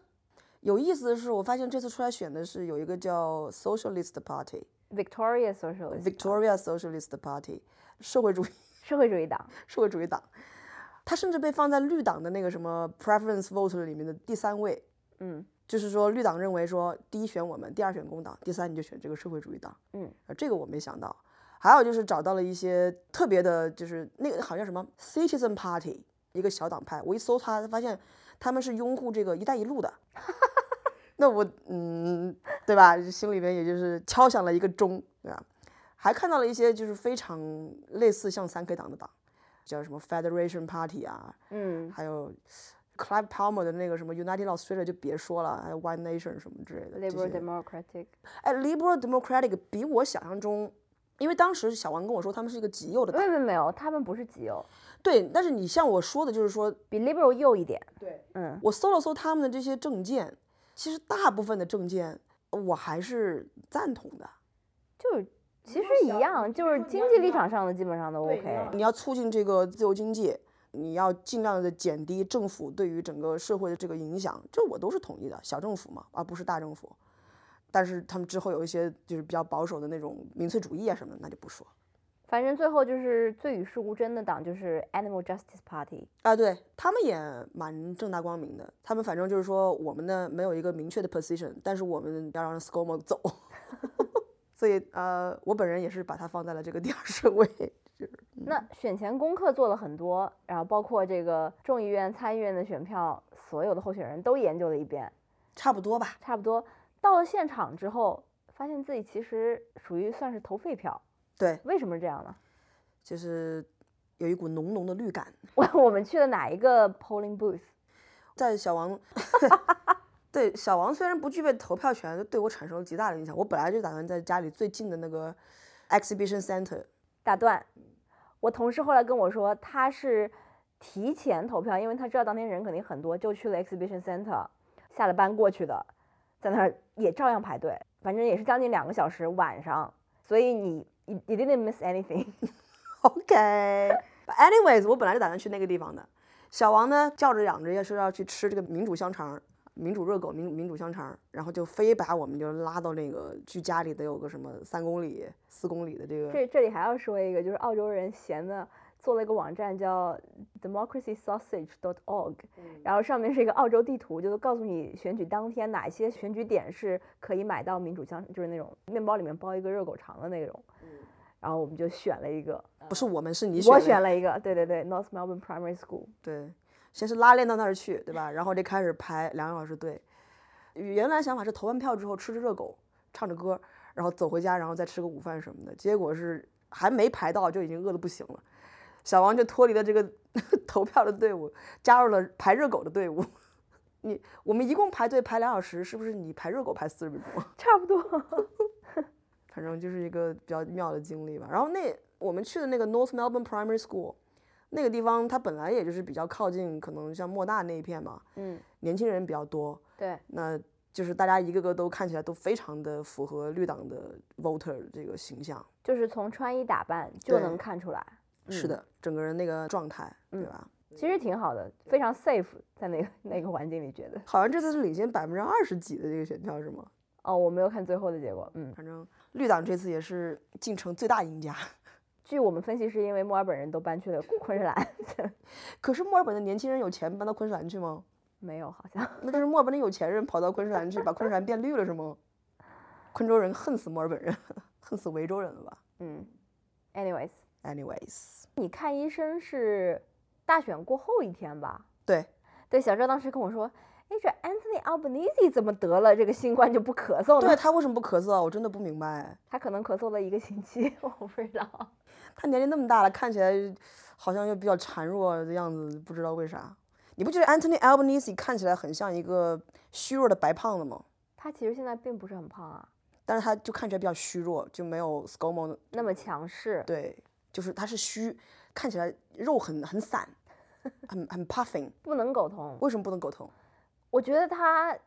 有意思的是，我发现这次出来选的是有一个叫 Socialist Party、 Victoria Socialist Victoria Socialist Party 社会主义社会主义党，社会主义党，它甚至被放在绿党的那个什么 preference vote 里面的第三位，嗯就是说绿党认为说第一选我们，第二选工党，第三你就选这个社会主义党。嗯，啊，这个我没想到。还有就是找到了一些特别的，就是那个好像什么 Citizen Party 一个小党派，我一搜它，发现他们是拥护这个“一带一路”的。那我嗯，对吧？心里面也就是敲响了一个钟，对吧？还看到了一些就是非常类似像三 K 党的党，叫什么 Federation Party 啊，嗯，还有 Clive Palmer 的那个什么 United Australia 就别说了，还有 One Nation 什么之类的。这 Liberal 些 Democratic，哎，Liberal Democratic 比我想象中，因为当时小王跟我说他们是一个极右的没党，有没有没有，他们不是极右，对。但是你像我说的，就是说，比 Liberal 右一点。对嗯，我搜了搜他们的这些政见，其实大部分的政见我还是赞同的。就是其实一想样，你就是说你经要济你立要场上的基本上都对 OK。你要促进这个自由经济，你要尽量的减低政府对于整个社会的这个影响，这我都是同意的。小政府嘛，而不是大政府。但是他们之后有一些就是比较保守的那种民粹主义啊什么的，那就不说反正最后就是最与世无争的党就是 Animal Justice Party。啊。对他们也蛮正大光明的，他们反正就是说我们呢没有一个明确的 position，但是我们要让 ScoMo 走， 所以呃，我本人也是把它放在了这个第二顺位。 嗯那选前功课做了很多，然后包括这个众议院、参议院的选票，所有的候选人都研究了一遍，差不多吧，差不多到了现场之后，发现自己其实属于算是投废票。对，为什么这样呢？ 就是有一股浓浓的绿感。我我们去了哪一个 polling booth？在小 王，对小王虽然不具备投票权，就对我产生了极大的影响。我本来就打算在家里最近的那个 exhibition center，打断，我同事后来跟我说，他是提前投票，因为他知道当天人肯定很多，就去了 exhibition center，下了班过去的，在那儿也照样排队，反正也是将近两个小时，晚上，所以你 you you didn't miss anything， OK。But anyways，我本来就打算去那个地方的。小王呢，叫着嚷着也是要去吃这个民主香肠、民主热狗、民民主香肠，然后就非把我们就拉到那个距家里得有个什么三公里、四公里的这个。 这这里还要说一个，就是澳洲人闲的做了一个网站叫 democracysausage.org，然后嗯上面是一个澳洲地图，就是告诉你选举当天哪些选举点是可以买到民主香，就是那种面包里面包一个热狗肠的那种。嗯然后我们就选了一个，不是我们，是你选我的。选了一个，对对对，North Melbourne Primary School。对，先是拉练到那儿去，对吧？然后就开始排两个小时队。原来想法是投完票之后吃着热狗，唱着歌，然后走回家，然后再吃个午饭什么的。结果是还没排到就已经饿得不行了。 小王就脱离了这个投票的队伍，加入了排热狗的队伍。 你我们一共排队排两小时，是不是你排热狗排四十分钟？差不多。 反正就是一个比较妙的经历吧。然后那我们去的那个 North Melbourne Primary School，那个地方它本来也就是比较靠近，可能像莫大那一片嘛，嗯，年轻人比较多，对，那就是大家一个个都看起来都非常的符合绿党的 voter 这个形象。就是从穿衣打扮就对能看出来，是的，嗯整个人那个状态，对嗯吧？其实挺好的，非常 safe，在那个那个环境里觉得。好像这次是领先百分之二十几的这个选票是吗？哦，我没有看最后的结果，嗯，反正绿党这次也是进城最大赢家。 据我们分析，是因为墨尔本人都搬去了昆士兰， 可是墨尔本的年轻人有钱搬到昆士兰去吗？没有好像。那就是墨尔本的有钱人跑到昆士兰去，把昆士兰变绿了是吗？昆州人恨死墨尔本人， 恨死维州人了吧嗯，anyways， ？Anyways，你看医生是大选过后一天吧？对，对，小赵当时跟我说，哎，这 Anthony Albanese 怎么得了这个新冠就不咳嗽对呢？他为什么不咳嗽啊？我真的不明白。他可能咳嗽了一个星期， 我不知道。他年龄那么大了，看起来好像又比较孱弱的样子，不知道为啥。你不觉得 Anthony Albanese 看起来很像一个虚弱的白胖子吗？他其实现在并不是很胖啊，但是他就看起来比较虚弱，就没有 Scomo 那么强势。对，就是他是虚，看起来肉很很散，很很 puffing。不能苟同。为什么不能苟同？我觉得他，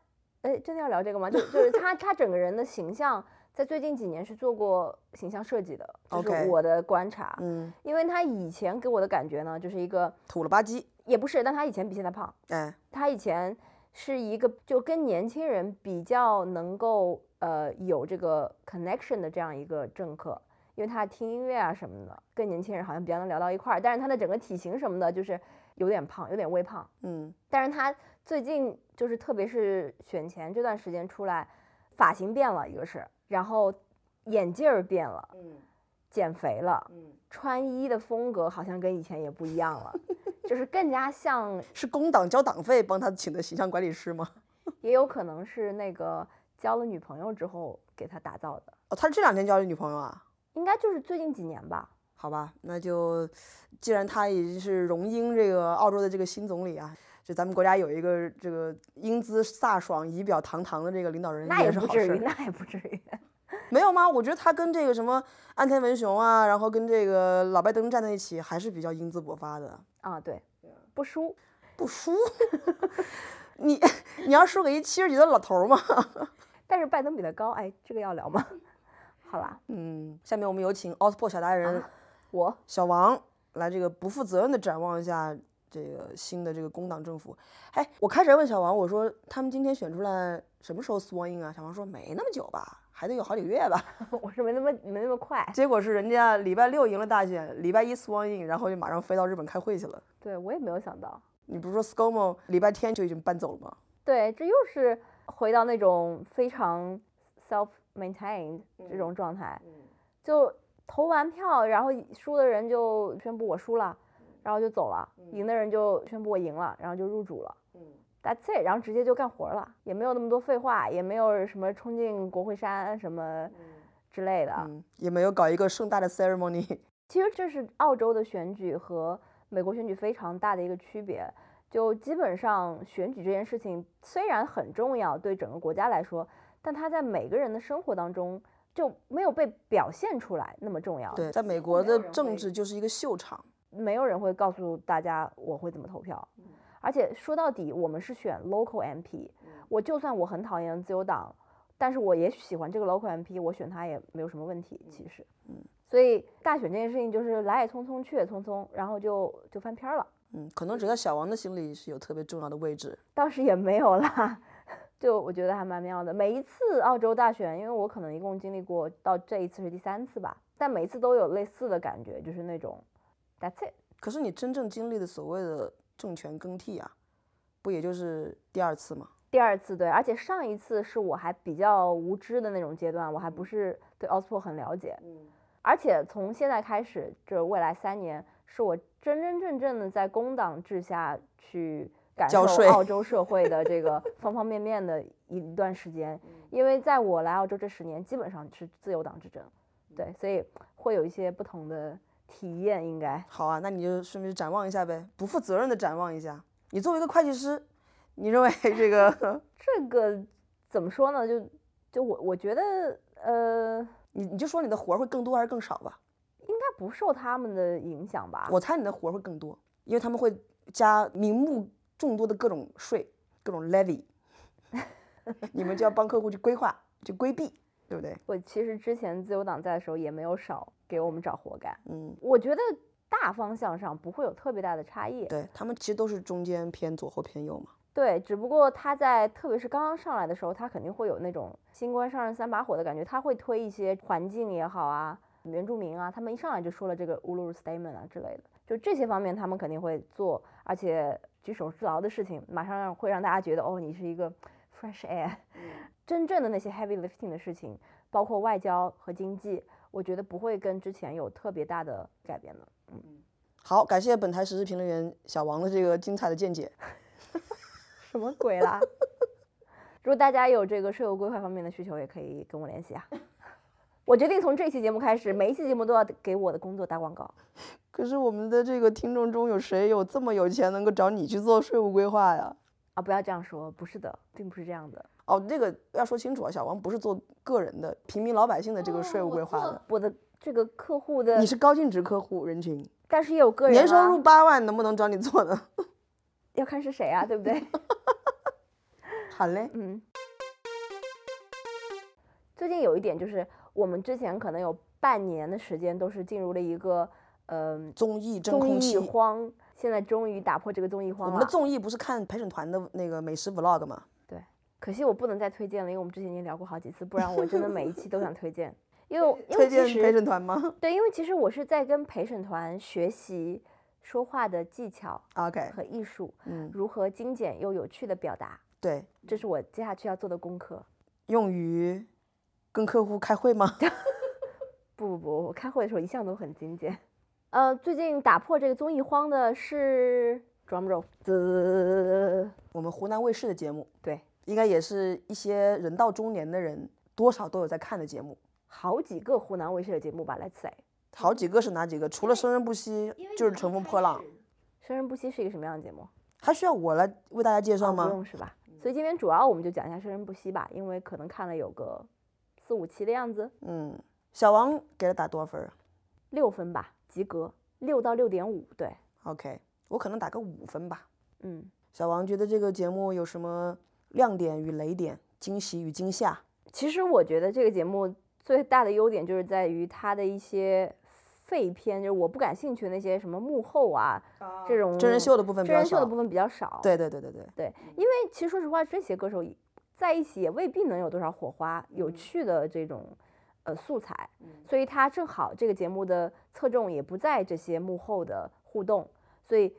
哎，真的要聊这个吗？就就是他他整个人的形象，在最近几年是做过形象设计的，就是 OK 我的观察。嗯，因为他以前给我的感觉呢，就是一个土了吧唧，也不是，但他以前比现在胖，哎，他以前是一个就跟年轻人比较能够呃有这个 connection 的这样一个政客。因为他听音乐啊什么的，跟年轻人好像比较能聊到一块儿，但是他的整个体型什么的，就是有点胖，有点微胖，嗯，但是他最近就是特别是选前这段时间出来，发型变了，一个是，然后眼镜儿变了，嗯减肥了，嗯，穿衣的风格好像跟以前也不一样了， 就是更加像，是工党交党费帮他请的形象管理师吗？也有可能是那个交了女朋友之后给他打造的，哦，他是这两天交的女朋友啊？应该就是最近几年吧。好吧，那就既然他已经是荣膺这个澳洲的这个新总理啊，就咱们国家有一个这个英姿飒爽、仪表堂堂的这个领导人，那也嗯是不好至事于，儿。那也不至于。 没有吗？我觉得他跟这个什么安田文雄啊，然后跟这个老拜登站在一起，还是比较英姿勃发的。啊，对，不输。不输， 你你要输给一七十几的老头儿吗？ 但是拜登比他高，哎，这个要聊吗？ 好啦，嗯，下面我们有请奥斯珀小达人啊我小王来这个不负责任的展望一下这个新的这个工党政府。哎，我开始还问小王，我说他们今天选出来什么时候 sworn in 啊？小王说没那么久吧，还得有好几个月吧。 我是没那么没那么快。结果是人家礼拜六赢了大选，礼拜一 sworn in，然后就马上飞到日本开会去了。对我也没有想到，你不是说 ScoMo 礼拜天就已经搬走了吗？对，这又是回到那种非常 self maintained 这嗯种状态，就投完票，然后输的人就宣布我输了，然后就走了，嗯赢的人就宣布我赢了，然后就入主了。That's it，然后直接就干活了，也没有那么多废话，也没有什么冲进国会山什么之类的。嗯，也没有搞一个盛大的 ceremony。 其实这是澳洲的选举和美国选举非常大的一个区别。就基本上选举这件事情虽然很重要，对整个国家来说，但它在每个人的生活当中就没有被表现出来那么重要。对，在美国的政会治就是一个秀场。没有人会告诉大家我会怎么投票。而且说到底，我们是选 local MP，我就算我很讨厌自由党，但是我也喜欢这个 local MP，我选他也没有什么问题。其实，嗯，所以大选这件事情就是来也匆匆，去也匆匆，然后就就翻篇儿了。嗯，可能只在小王的心里是有特别重要的位置。当时也没有啦， 就我觉得还蛮妙的。每一次澳洲大选，因为我可能一共经历过到这一次是第三次吧，但每一次都有类似的感觉，就是那种 that's it。可是你真正经历的所谓的政权更替啊，不也就是第二次吗？第二次对，而且上一次是我还比较无知的那种阶段，我还不是对奥斯珀很了解。嗯而且从现在开始，这未来三年是我真真正正的在工党制下去感受交税澳洲社会的 这个方方面面的一段时间。嗯因为在我来澳洲这十年，基本上是自由党之争，嗯对，所以会有一些不同的体验，应该。好啊，那你就顺便展望一下呗，不负责任的展望一下。你作为一个会计师，你认为这个， 这个怎么说呢？就就我我觉得，呃，应你你就说你的活儿会更多还是更少吧？该不受他们的影响吧？我猜你的活儿会更多，因为他们会加名目众多的各种税、各种 levy，你们就要帮客户去规划、去规避，对不对？我其实之前自由党在的时候也没有少给我们找活干。嗯，我觉得大方向上不会有特别大的差异。对他们其实都是中间偏左或偏右嘛。对，只不过他在特别是刚刚上来的时候，他肯定会有那种新官上任三把火的感觉，他会推一些环境也好啊，原住民啊，他们一上来就说了这个 Uluru Statement 啊之类的，就这些方面他们肯定会做，而且举手之劳的事情，马上让会让大家觉得哦，你是一个 fresh air。真正的那些 heavy lifting 的事情，包括外交和经济，我觉得不会跟之前有特别大的改变的。嗯好，感谢本台时事评论员小王的这个精彩的见解。什么鬼 啦？如果大家有这个税务规划方面的需求，也可以跟我联 系啊。我决定从这期节目开始，每一期节目都要给我的工作打广告。可是我们的这个听众中有谁有这么有钱能够找你去做税务规划呀？啊，不要这样说，不是的，并不是这样的。哦，这个要说清楚啊，小王不是做个人的、平民老百姓的这个税务规划的，我的这个客户的你，是高净值客户人群，但是也有个人、啊、年收入八万能不能找你做呢？要看是谁啊，对不 对？好嘞，嗯，最近有一点就是，我们之前可能有半年的时间都是进入了一个嗯、综艺真综空艺气。荒，现在终于打破这个综艺我荒们的了。啊综艺不是看陪审团的那个美食 vlog 吗？可惜我不能再推荐了，因为我们之前已经聊过好几次，不然我真的每一期都想推荐。因为因为推其荐陪实审团吗对，因为其实我是在跟陪审团学习说话的技巧？OK，和艺术，嗯，如何精简又有趣的表达，对，这是我接下去要做的功课。用于跟客户开会吗？不不不，我开会的时候一向都很精简。呃，最近打破这个综艺荒的是 drum roll，滋我们湖南卫视的节目对，应该也是一些人到中年的人多少都有在看的节目。好几个湖南卫视的节目吧，Let's say，《好几个是哪几个？除了《生生不息》，就是《乘风破浪》，生生不息》是一个什么样的节目？还需要我来为大家介绍啊不吗？用是吧？所以今天主要我们就讲一下《生生不息》吧，因为可能看了有个四五期的样子，嗯，小王给他打多少分儿啊六分吧，及格，六到六点五，对， ？OK，我可能打个五分吧。嗯，小王觉得这个节目有什么亮点与雷点、惊喜与惊吓？其实我觉得这个节目最大的优点就是在于它的一些废片，就是我不感兴趣的那些什么幕后啊、这种真人秀的部分比真较人秀少的。部分比较少。对嗯对对对对，对，因为其实说实话，这些歌手也在一起也未必能有多少火花、嗯有趣的这种呃素材，所以它正好这个节目的侧重也不在这些幕后的互动，所以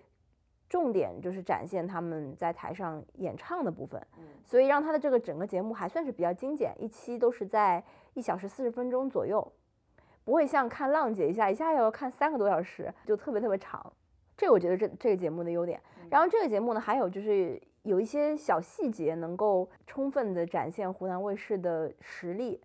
重点就是展现他们在台上演唱的部分，嗯所以让他的这个整个节目还算是比较精简，一期都是在一小时四十分钟左右。不会像看浪姐一下一下要看三个多小时，就特别特别长，这我觉得这这个节目的优点。然后这个节目呢，还有就是有一些小细节能够充分的展现湖南卫视的实力，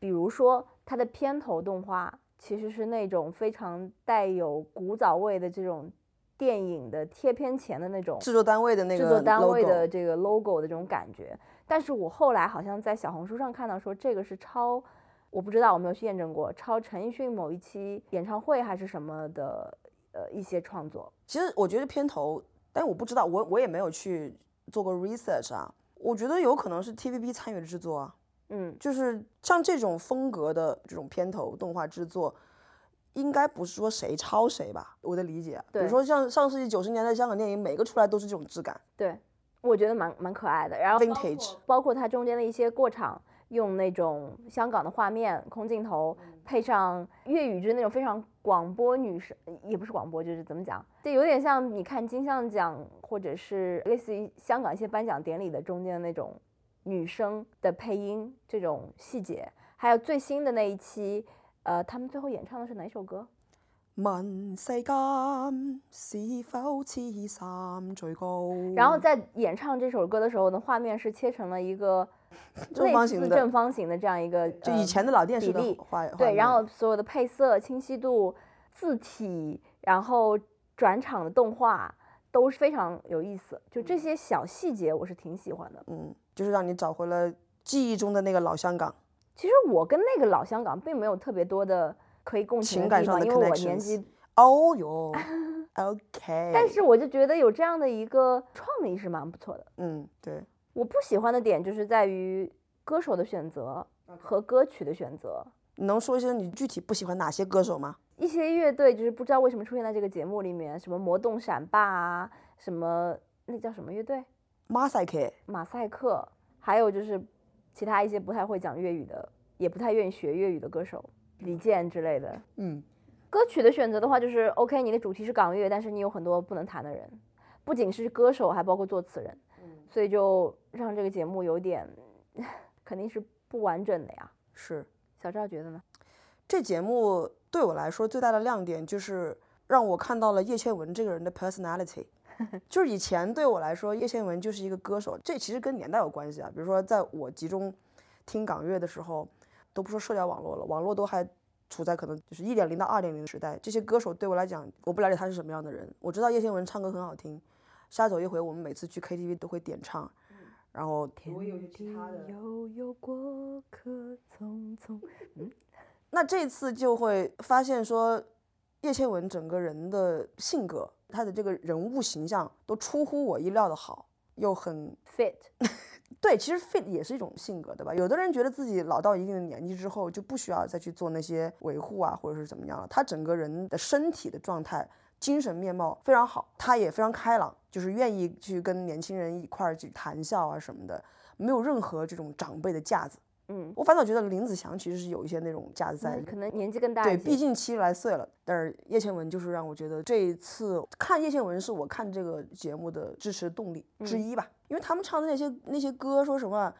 比如说它的片头动画其实是那种非常带有古早味的这种电影的贴片前的那种制作单位的那个制作单位 logo 的这个 logo 的这种感觉。但是我后来好像在小红书上看到说这个是抄，我不知道我没有去验证过，抄陈奕迅某一期演唱会还是什么的呃一些创作。其实我觉得片头，但我不知道，我我也没有去做过 research 啊。我觉得有可能是 TVB 参与的制作啊，嗯，就是像这种风格的这种片头动画制作，应该不是说谁抄谁吧？我的理解啊，比如对说像上世纪九十年代香港电影，每个出来都是这种质感对，我觉得蛮蛮可爱的。然后，vintage。包括它中间的一些过场，用那种香港的画面空镜头，配上粤语，就是那种非常广播女声，也不是广播，就是怎么讲，就有点像你看金像奖或者是类似于香港一些颁奖典礼的中间的那种女声的配音这种细节。还有最新的那一期，呃，他们最后演唱的是哪首歌？问世间是否痴心最高？然后在演唱这首歌的时候呢，画面是切成了一个 正类方似形的正方形的这样一个，就呃以前的老电视的比例画画对，面然后所有的配色、清晰度、字体，然后转场的动画都是非常有意思，就这些小细节我是挺喜欢的。嗯，就是让你找回了记忆中的那个老香港。其实我跟那个老香港并没有特别多的可以共情情的感地上方，的因为我 connections 年纪，哦哟 ，OK。但是，我就觉得有这样的一个创意是蛮不错的。嗯，对，我不喜欢的点就是在于歌手的选择和歌曲的选择。你能说一些你具体不喜欢哪些歌手吗？一些乐队就是不知道为什么出现在这个节目里面，什么魔动闪霸啊，什么那叫什么乐队，马赛克，马赛克，还有就是其他一些不太会讲粤语的，也不太愿意学粤语的歌手，李健之类的。嗯，歌曲的选择的话，就是 OK，你的主题是港乐，但是你有很多不能弹的人，不仅是歌手，还包括作词人，嗯所以就让这个节目有点 肯定是不完整的呀。是。小赵觉得呢？这节目对我来说最大的亮点就是让我看到了叶倩文这个人的 personality。就是 以前对我来说，叶倩文就是一个歌手，这其实跟年代有关系啊。比如说，在我集中听港乐的时候，都不说社交网络了，网络都还处在可能就是一点零到二点零时代。这些歌手对我来讲，我不了解他是什么样的人，我知道叶倩文唱歌很好听，下走一回我们每次去 KTV 都会点唱，然后悠悠过客匆匆，那这次就会发现说，叶倩文整个人的性格，她的这个人物形象都出乎我意料的好，又很 fit，对。其实 fit 也是一种性格，对吧？有的人觉得自己老到一定的年纪之后就不需要再去做那些维护啊，或者是怎么样了。她整个人的身体的状态、精神面貌非常好，她也非常开朗，就是愿意去跟年轻人一块儿去谈笑啊什么的，没有任何这种长辈的架子。嗯，我反倒觉得林子祥其实是有一些那种架子在嗯可能年纪更大对，一些。毕竟七十来岁了。但是叶倩文就是让我觉得这一次看叶倩文是我看这个节目的支持动力嗯之一吧，因为他们唱的那些那些歌，说实话，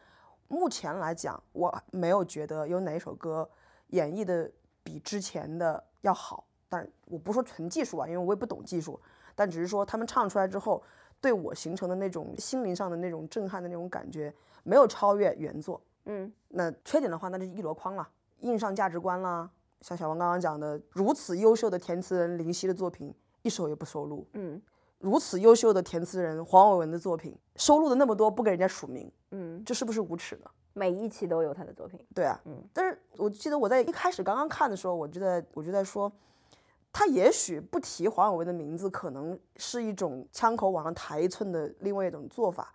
目前来讲，我没有觉得有哪一首歌演绎的比之前的要好。但是我不说纯技术啊，因为我也不懂技术，但只是说他们唱出来之后，对我形成的那种心灵上的那种震撼的那种感觉，没有超越原作。嗯，那缺点的话，那就是一箩筐了，硬上价值观啦。像小王刚刚讲的，如此优秀的填词人林夕的作品一首也不收录，嗯如此优秀的填词人黄伟文的作品收录的那么多，不给人家署名，嗯，这是不是无耻呢？每一期都有他的作品。对啊，嗯但是我记得我在一开始刚刚看的时候，我就在我就在说，他也许不提黄伟文的名字，可能是一种枪口往上抬一寸的另外一种做法，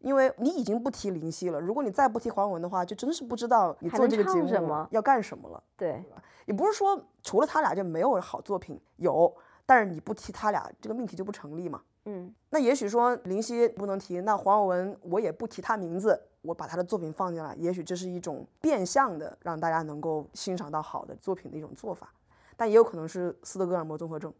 因为你已经不提林夕了，如果你再不提黄伟文的话，就真是不知道你还做能这个节唱什目么要干什么了。对，也不是说除了他俩就没有好作品，有，但是你不提他俩，这个命题就不成立嘛。嗯那也许说林夕不能提，那黄伟文我也不提他名字，我把他的作品放进来，也许这是一种变相的让大家能够欣赏到好的作品的一种做法，但也有可能是斯德哥尔摩综合症。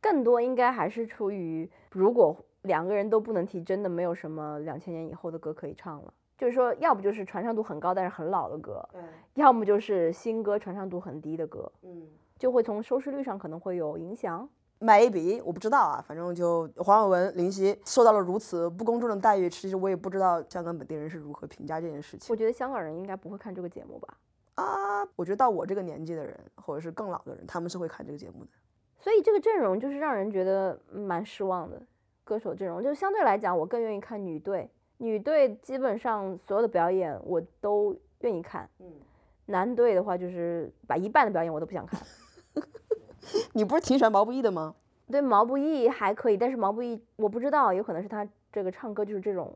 更多应该还是出于，如果两个人都不能提，真的没有什么两千年以后的歌可以唱了。就是说，要不就是传唱度很高但是很老的歌，要么就是新歌传唱度很低的歌，嗯就会从收视率上可能会有影响。 ，maybe 我不知道啊，反正就黄伟文、林夕受到了如此不公正的待遇，其实我也不知道香港本地人是如何评价这件事情我。觉得香港人应该不会看这个节目吧，啊，我觉得到我这个年纪的人，或者是更老的人，他们是会看这个节目的。 所以这个阵容就是让人觉得嗯蛮失望的。歌手阵容就相对来讲，我更愿意看女队，女队基本上所有的表演我都愿意看，嗯，男队的话就是把一半的表演我都不想看。你不是挺喜欢毛不易的吗？对毛不易还可以，但是毛不易我不知道，有可能是他这个唱歌就是这种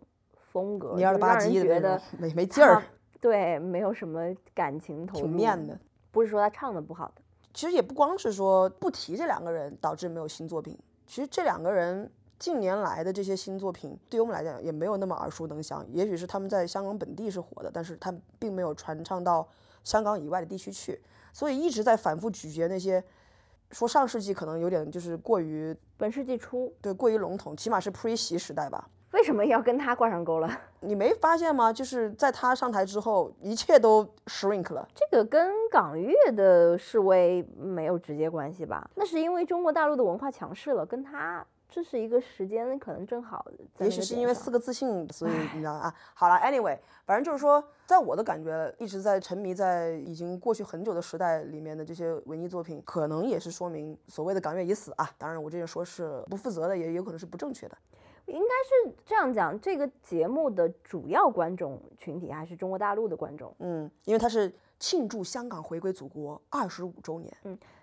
风格，你就二是十八让人级的觉那得种，没没劲儿他，对没有什么感情投入，挺面的。不是说他唱的不好的，其实也不光是说不提这两个人导致没有新作品，其实这两个人近年来的这些新作品，对于我们来讲也没有那么耳熟能详。也许是他们在香港本地是火的，但是他们并没有传唱到香港以外的地区去，所以一直在反复咀嚼那些说上世纪可能有点就是过于本世纪初对过于笼统，起码是 pre 席时代吧。为什么要跟他挂上钩了？你没发现吗？就是在他上台之后，一切都 shrink 了。这个跟港乐的示威没有直接关系吧？那是因为中国大陆的文化强势了，跟他这是一个时间可能正好在那也个点上。许是因为四个自信，所以你知道啊。好了，anyway，反正就是说，在我的感觉，一直在沉迷在已经过去很久的时代里面的这些文艺作品，可能也是说明所谓的港乐已死啊。当然，我这样说是不负责的，也有可能是不正确的。应该是这样讲，这个节目的主要观众群体还是中国大陆的观众，嗯，因为它是庆祝香港回归祖国二十五周年。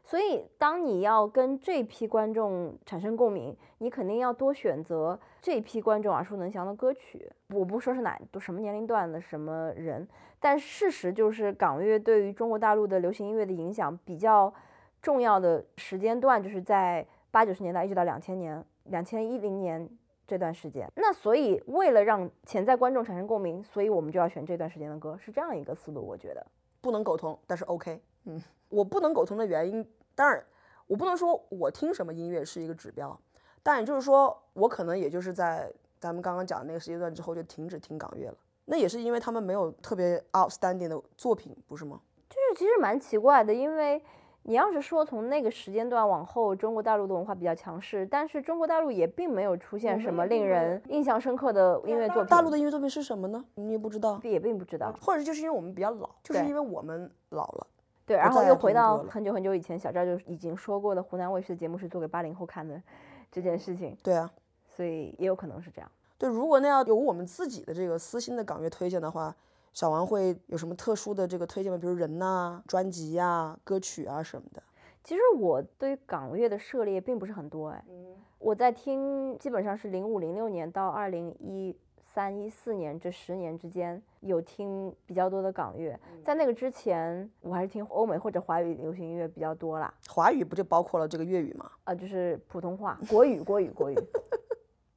所以当你要跟这批观众产生共鸣，你肯定要多选择这批观众耳熟能详的歌曲。我不说是哪都什么年龄段的什么人，但事实就是港乐对于中国大陆的流行音乐的影响比较重要的时间段，就是在八九十年代一直到两千年、两千一零年这段时间。那所以为了让潜在观众产生共鸣，所以我们就要选这段时间的歌，是这样一个思路，我觉得。不能苟同，但是 OK，嗯，我不能苟同的原因，当然我不能说我听什么音乐是一个指标，但也就是说，我可能也就是在咱们刚刚讲的那个时间段之后就停止听港乐了，那也是因为他们没有特别 outstanding 的作品，不是吗？就是其实蛮奇怪的，因为你要是说从那个时间段往后，中国大陆的文化比较强势，但是中国大陆也并没有出现嗯我什们么也令并没有人印象深刻的音乐作品。大陆的音嗯乐作品是什么呢？你也不知道，也并不知道，或者就是因为我们比较老，就是对因为我们老了，对，然不后再又听回到歌了很久很久以前，小赵就已经说过的，湖南卫视的节目是做给八零后看的这件事情，对啊，所以也有可能是这样。对，如果那要有我们自己的这个私心的港乐推荐的话，小王会有什么特殊的这个推荐吗？比如人呐、专辑呀、歌曲啊什么的。其实我对于港乐的涉猎并不是很多，哎，嗯我在听基本上是零五零六年到二零一三一四年这十年之间有听比较多的港乐，嗯在那个之前我还是听欧美或者华语流行音乐比较多啦，华语不就包括了这个粤语吗？啊、就是普通话、国语、国语、国语，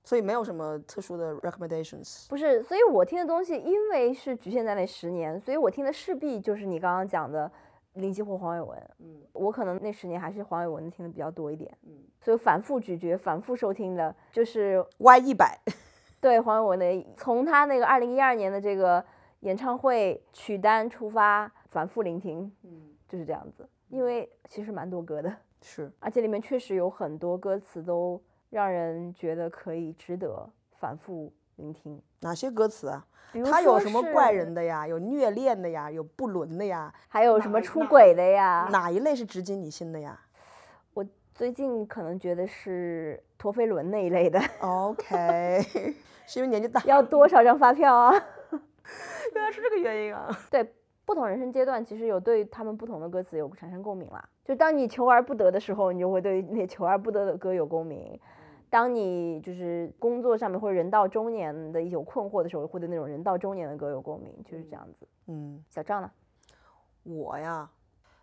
所以没有什么特殊的 recommendations。不是，所以我听的东西因为是局限在那十年，所以我听的势必就是你刚刚讲的林夕或黄伟文，嗯我可能那十年还是黄伟文听的比较多一点，嗯所以反复咀嚼、反复收听的就是。 Y 一 百，对黄伟文的，从他那个二零一二年的这个演唱会曲单出发，反复聆听，嗯就是这样子。因为其实蛮多歌的，是而且里面确实有很多歌词都让人觉得可以值得反复聆听。哪些歌词啊？比如它有说什么是怪人，的呀？有虐恋的呀？有不伦的呀？还有哪什么一出哪轨一的呀？哪一类是直击你心的呀我最近可能觉得是陀飞轮那一类的， ？OK，是 因为年纪大，要多少张发票啊？ 原来是这个原因啊。对不同人生阶段，其实有对他们不同的歌词有产生共鸣啦。就当你求而不得的时候，你就会对那些求而不得的歌有共鸣；嗯当你就是工作上面或者人到中年的有困惑的时候，会对那种人到中年的歌有共鸣，就是这样子。嗯，小赵呢？我呀，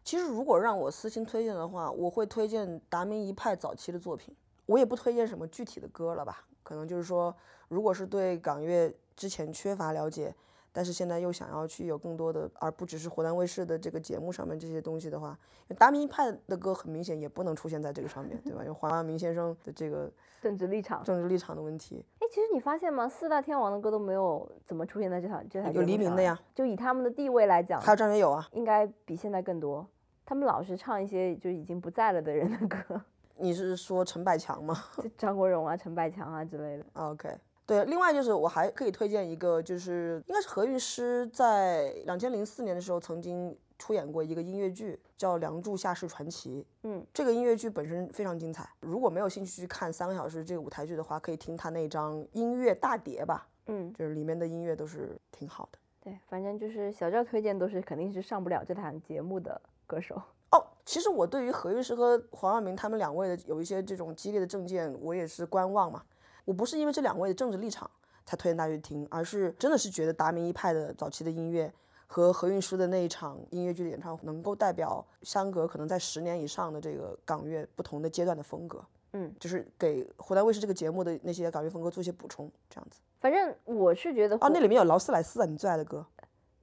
其实如果让我私心推荐的话，我会推荐达明一派早期的作品。我也不推荐什么具体的歌了吧，可能就是说，如果是对港乐之前缺乏了解，但是现在又想要去有更多的，而不只是湖南卫视的这个节目上面这些东西的话，达明一派的歌很明显也不能出现在这个上面，对吧？因为黄耀明先生的这个政治立场。政治立场的问题，哎，其实你发现吗？四大天王的歌都没有怎么出现在这场这台有节黎目明上的来呀，就以他们的地位来讲，还有张学友啊，应该比现在更多。他们老是唱一些就已经不在了的人的歌， 你是说陈百强吗？就张国荣啊、陈百强啊之类的。 OK，对，另外就是我还可以推荐一个，就是应该是何韵诗在两千零四年的时候曾经出演过一个音乐剧，叫《梁祝下世传奇》。嗯，这个音乐剧本身非常精彩，如果没有兴趣去看三个小时这个舞台剧的话，可以听他那张音乐大碟吧，嗯，就是里面的音乐都是挺好的。对，反正就是小赵推荐都是肯定是上不了这档节目的歌手。哦，其实我对于何韵诗和黄耀明他们两位的有一些这种激烈的政见，我也是观望嘛。我不是因为这两位的政治立场才推荐大家去听，而是真的是觉得达明一派的早期的音乐和何韵诗的那一场音乐剧的演唱，能够代表相隔可能在十年以上的这个港乐不同的阶段的风格。嗯，就是给湖南卫视这个节目的那些港乐风格做一些补充，这样子。反正我是觉得哦，那火里面有劳斯莱斯啊，你最爱的歌。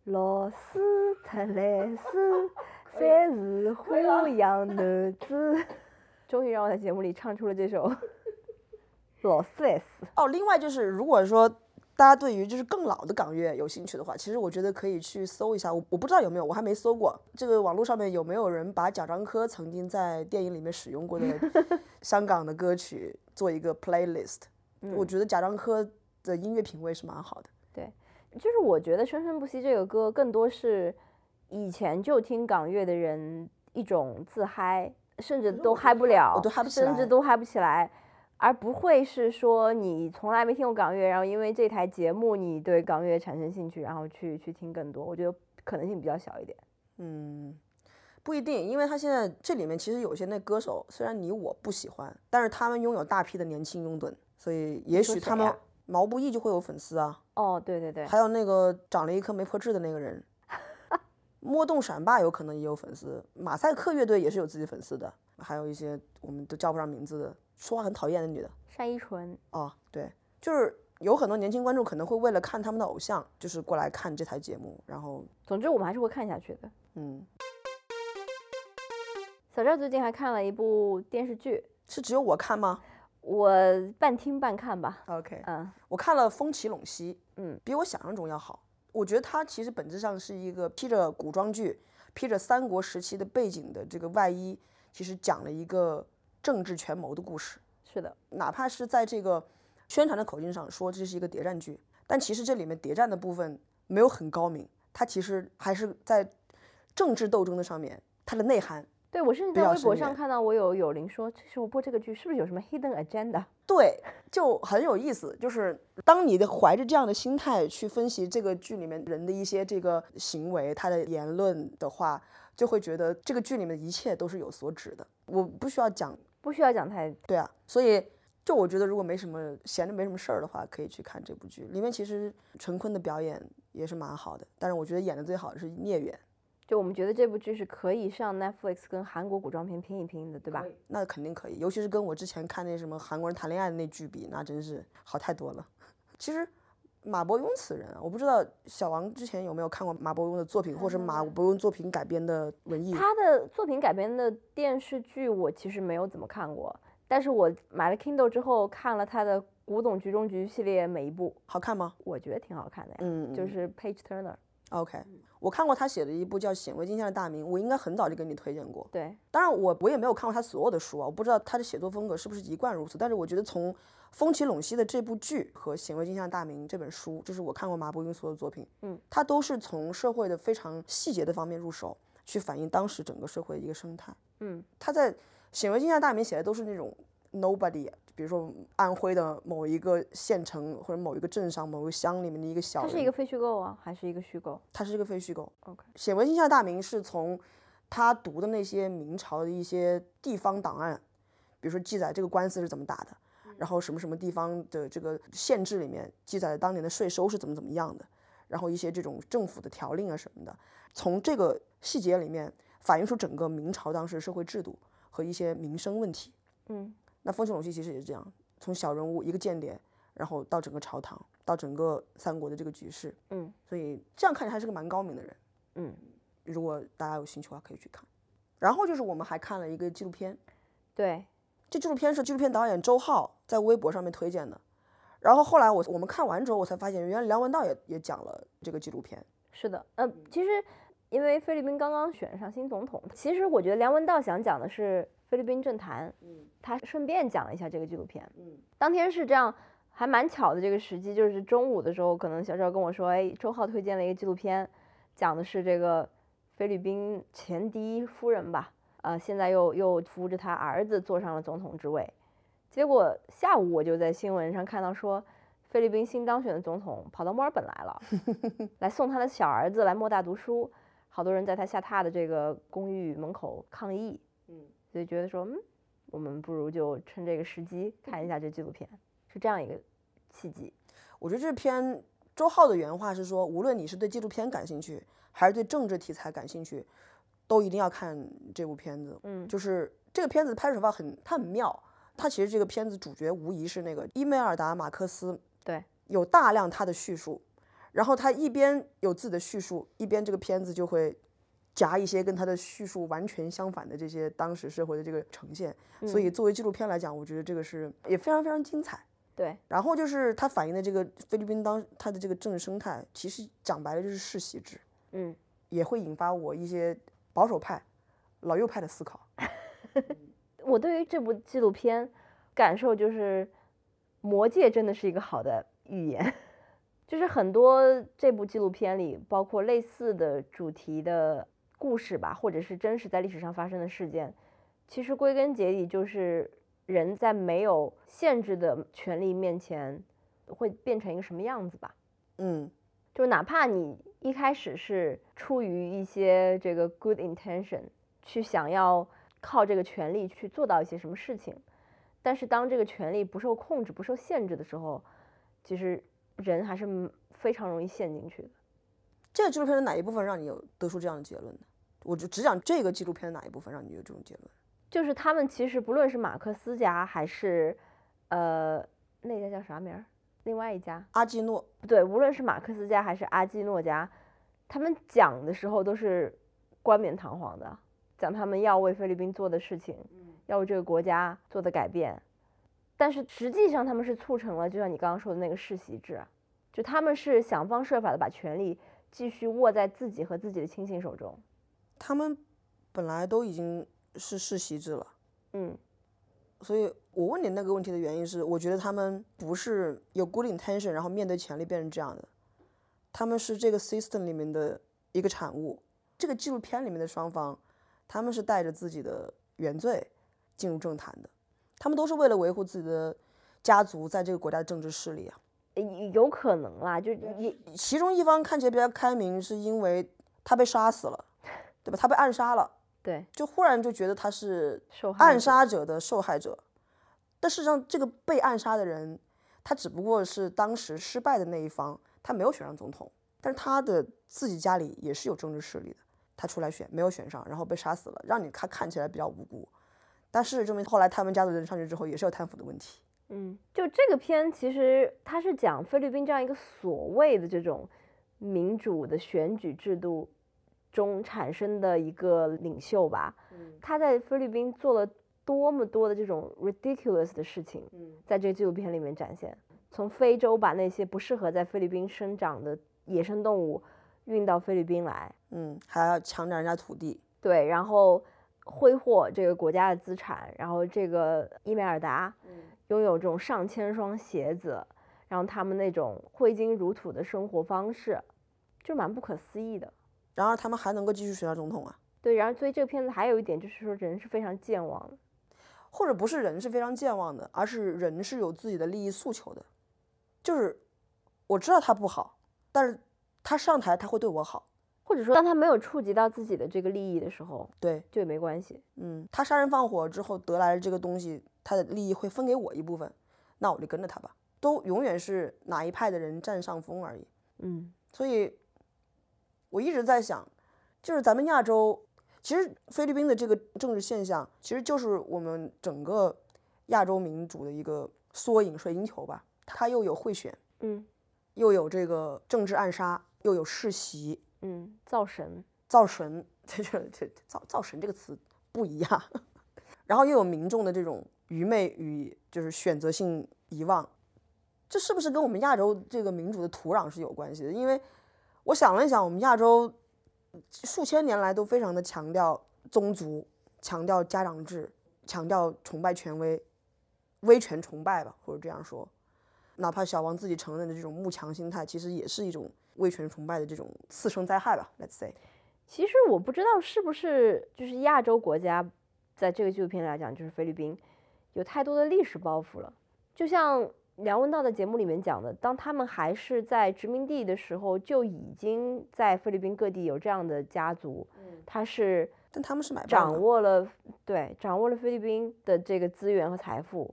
罗斯特莱斯三 是花样男子，终于让我在节目里唱出了这首 老四 S，哦，另外就是，如果说大家对于就是更老的港乐有兴趣的话，其实我觉得可以去搜一下。我我不知道有没有，我还没搜过。这个网络上面有没有人把贾樟柯曾经在电影里面使用 过的香港的歌曲做一个 playlist？、我嗯觉得贾樟柯的音乐品味是蛮好的。就是我觉得《生生不息》这个歌更多是以前就听港乐的人一种自嗨，甚至都嗨不了，我都嗨不起甚至来都嗨不起来，而不会是说你从来没听过港乐，然后因为这台节目你对港乐产生兴趣，然后去去听更多，我觉得可能性比较小一点。嗯，不一定，因为他现在这里面其实有些那歌手，虽然你我不喜欢，但是他们拥有大批的年轻拥趸，所以也说许谁他们呀毛不易就会有粉丝啊。哦，对对对，还有那个长了一颗没破痣的那个人，摸动闪霸有可能也有粉丝，马赛克乐队也是有自己粉丝的，还有一些我们都叫不上名字的，说话很讨厌的女的单依纯，哦，对，就是有很多年轻观众可能会为了看他们的偶像，就是过来看这台节目，然后总之我们还是会看下去的。嗯，小赵最近还看了一部电视剧，是只有我看吗我半听半看吧， ？OK，嗯，我看了《风起陇西》，嗯，比我想象中要好。我觉得它其实本质上是一个披着古装剧、披着三国时期的背景的这个外衣，其实讲了一个政治权谋的故事。是的，哪怕是在这个宣传的口径上说这是一个谍战剧，但其实这里面谍战的部分没有很高明，它其实还是在政治斗争的上面，它的内涵。对我甚至比在较微博深上远看到我有友邻说，这是我播这个剧是不是有什么 hidden agenda？对，就很有意思。就是当你的怀着这样的心态去分析这个剧里面人的一些这个行为、他的言论的话，就会觉得这个剧里面的一切都是有所指的。我不需要讲，不需要讲太，对啊，所以。就我觉得，如果没什么闲着没什么事儿的话，可以去看这部剧。里面其实陈坤的表演也是蛮好的，但是我觉得演的最好的是聂远，就我们觉得这部剧是可以上 Netflix 跟韩国古装片拼一拼的，对吧？那肯定可以，尤其是跟我之前看那什么韩国人谈恋爱的那剧比，那真是好太多了。 其实马伯庸此人啊，我不知道小王之前有没有看过马伯庸的作品，或是过马呀伯庸作品改编的文艺。他的作品改编的电视剧我其实没有怎么看过，但是我买了 Kindle 之后看了他的《古董局中局》系列每一部，好看吗？我觉得挺好看的呀，嗯，就嗯是 Page Turner， OK。我嗯看过他写的一部叫《显微镜下的大明》，我应该很早就给你推荐过。对，当然我，我也没有看过他所有的书啊，我不知道他的写作风格是不是一贯如此。但是我觉得从《风起陇西》的这部剧和《显微镜下的大明》这本书，就是我看过马伯庸所有作品，嗯，他都是从社会的非常细节的方面入手，去反映当时整个社会的一个生态。嗯，他在《显微镜下的大明》写的都是那种 nobody，比如说安徽的某一个县城或者某一个镇上、某个乡里面的一个小它人，是一个非虚构啊，还是一个虚构？它是一个非虚构。 OK 显微镜下大明是从他读的那些明朝的一些地方档案，比如说记载这个官司是怎么打的，然后什么什么地方的这个县志里面记载了当年的税收是怎么怎么样的，然后一些这种政府的条令啊什么的，从这个细节里面反映出整个明朝当时社会制度和一些民生问题。嗯，那《风起陇西》其实也是这样，从小人物一个间谍，然后到整个朝堂，到整个三国的这个局势，嗯，所以这样看起来还是个蛮高明的人，嗯，如果大家有兴趣的话，可以去看。然后就是我们还看了一个纪录片，对，这纪录片是纪录片导演周浩在微博上面推荐的，然后后来我我们看完之后，我才发现原来梁文道也也讲了这个纪录片，是的，呃，其实因为菲律宾刚刚选上新总统，其实我觉得梁文道想讲的是菲律宾政坛，嗯他顺便讲了一下这个纪录片。嗯当天是这样，还蛮巧的，这个时机就是中午的时候，可能小赵跟我说，哎，周浩推荐了一个纪录片，讲的是这个菲律宾前第一夫人吧，呃，现在又又扶着他儿子坐上了总统之位。结果下午我就在新闻上看到说，菲律宾新当选的总统跑到墨尔本来了，来送他的小儿子来莫大读书，好多人在他下榻的这个公寓门口抗议，嗯，所以觉得说，嗯，我们不如就趁这个时机看一下这纪录片，是这样一个契机。我觉得这篇周浩的原话是说，无论你是对纪录片感兴趣，还是对政治题材感兴趣，都一定要看这部片子。嗯就是这个片子拍手法很，它很妙。它其实这个片子主角无疑是那个伊梅尔达·马克思，对，有大量他的叙述，然后他一边有自己的叙述，一边这个片子就会夹一些跟他的叙述完全相反的这嗯些当时社会的这个呈现。所以作为纪录片来讲，我觉得这个是也非常非常精彩。对，然后就是它反映的这个菲律宾当它的这个政治生态，其实讲白了就是世袭制，嗯，也会引发我一些保守派、老右派的思考。我对于这部纪录片感受就是，《魔戒》真的是一个好的预言， 就是很多这部纪录片里，包括类似的主题的故事吧，或者是真实在历史上发生的事件，其实归根结底就是人在没有限制的权利面前会变成一个什么样子吧。嗯，就哪怕你一开始是出于一些这个 good intention 去想要靠这个权利去做到一些什么事情，但是当这个权利不受控制、不受限制的时候，其实人还是嗯非常容易陷进去的。这个纪录片的哪一部分让你有得出这样的结论呢？我就只讲这个纪录片的哪一部分让你有这种结论。就是他们其实不论是马克思家还是呃那家叫啥名儿，另外一家阿基诺，不对，无论是马克思家还是阿基诺家，他们讲的时候都是冠冕堂皇的，讲他们要为菲律宾做的事情，要为这个国家做的改变。但是实际上，他们是促成了，就像你刚刚说的那个世袭制啊，就他们是想方设法的把权力继续握在自己和自己的亲信手中。他们本来都已经是世袭制了，嗯所以我问你那个问题的原因是，我觉得他们不是有 good intention，然后面对权力变成这样的，他们是这个 system 里面的一个产物。这个纪录片里面的双方，他们是带着自己的原罪进入政坛的，他们都是为了维护自己的家族在这个国家的政治势力啊。呃有可能啦，就也其中一方看起来比较开明，是因为他被杀死 了，对吧？他被暗杀了，对就忽然就觉得他是受害暗者杀者的受害者，但事实上，这个被暗杀的人，他只不过是当时失败的那一方，他没有选上总统，但是他的自己家里也是有政治势力的，他出来选没有选上，然后被杀死了，让你看看起来比较无辜，但事实证明，后来他们家族人上去之后也是有贪腐的问题。嗯，就这个片其实它是讲菲律宾这样一个所谓的这种民主的选举制度中产生的一个领袖吧，他在菲律宾做了多么多的这种 ridiculous 的事情，在这个纪录片里面展现，从非洲把那些不适合在菲律宾生长的野生动物运到菲律宾来，嗯，还要抢占人家土地，对，然后挥霍这个国家的资产，然后这个伊美尔达拥有这种上千双鞋子，然后他们那种挥金如土的生活方式，就蛮不可思议的。然而他们还能够继续选上总统啊，对，然后所以这个片子还有一点就是说人是非常健忘的，或者不是人是非常健忘的，而是人是有自己的利益诉求的，就是我知道他不好，但是他上台他会对我好。或者说当他没有触及到自己的这个利益的时候，对，就也没关系。嗯，他杀人放火之后得来的这个东西，他的利益会分给我一部分，那我就跟着他吧。都永远是哪一派的人占上风而已。嗯所以，我一直在想，就是咱们亚洲，其实菲律宾的这个政治现象，其实就是我们整个亚洲民主的一个缩影、水晶球吧。它又有贿选，嗯又有这个政治暗杀，又有世袭，嗯，造神，造神， 这这这造造神这个词不一样。 然后又有民众的这种愚昧与就是选择性遗忘，这是不是跟我们亚洲这个民主的土壤是有关系的？因为我想了一想，我们亚洲数千年来都非常的强调宗族，强调家长制，强调崇拜权威，威权崇拜吧，或者这样说。哪怕小王自己承认的这种慕强心态，其实也是一种威权崇拜的这种次生灾害吧。Let's say，其实我不知道是不是就是亚洲国家，在这个纪录片来讲，就是菲律宾，有太多的历史包袱了。就像梁文道在节目里面讲的，当他们还是在殖民地的时候，就已经在菲律宾各地有这样的家族，他是但他们是买不到掌的。握了对掌握了菲律宾的这个资源和财富。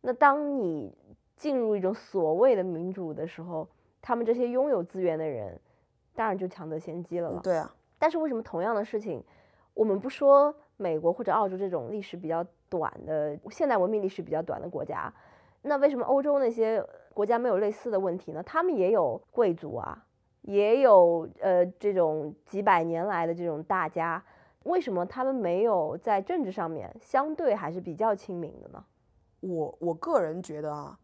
那当你进入一种所谓的民主的时候，他们这些拥有资源的人，当然就抢得先机了嗯了。对啊，但是为什么同样的事情，我们不说美国或者澳洲这种历史比较短的现代文明历史比较短的国家，那为什么欧洲那些国家没有类似的问题呢？他们也有贵族啊，也有呃这种几百年来的这种大家，为什么他们没有在政治上面相对还是比较亲民的呢？我我个人觉得啊，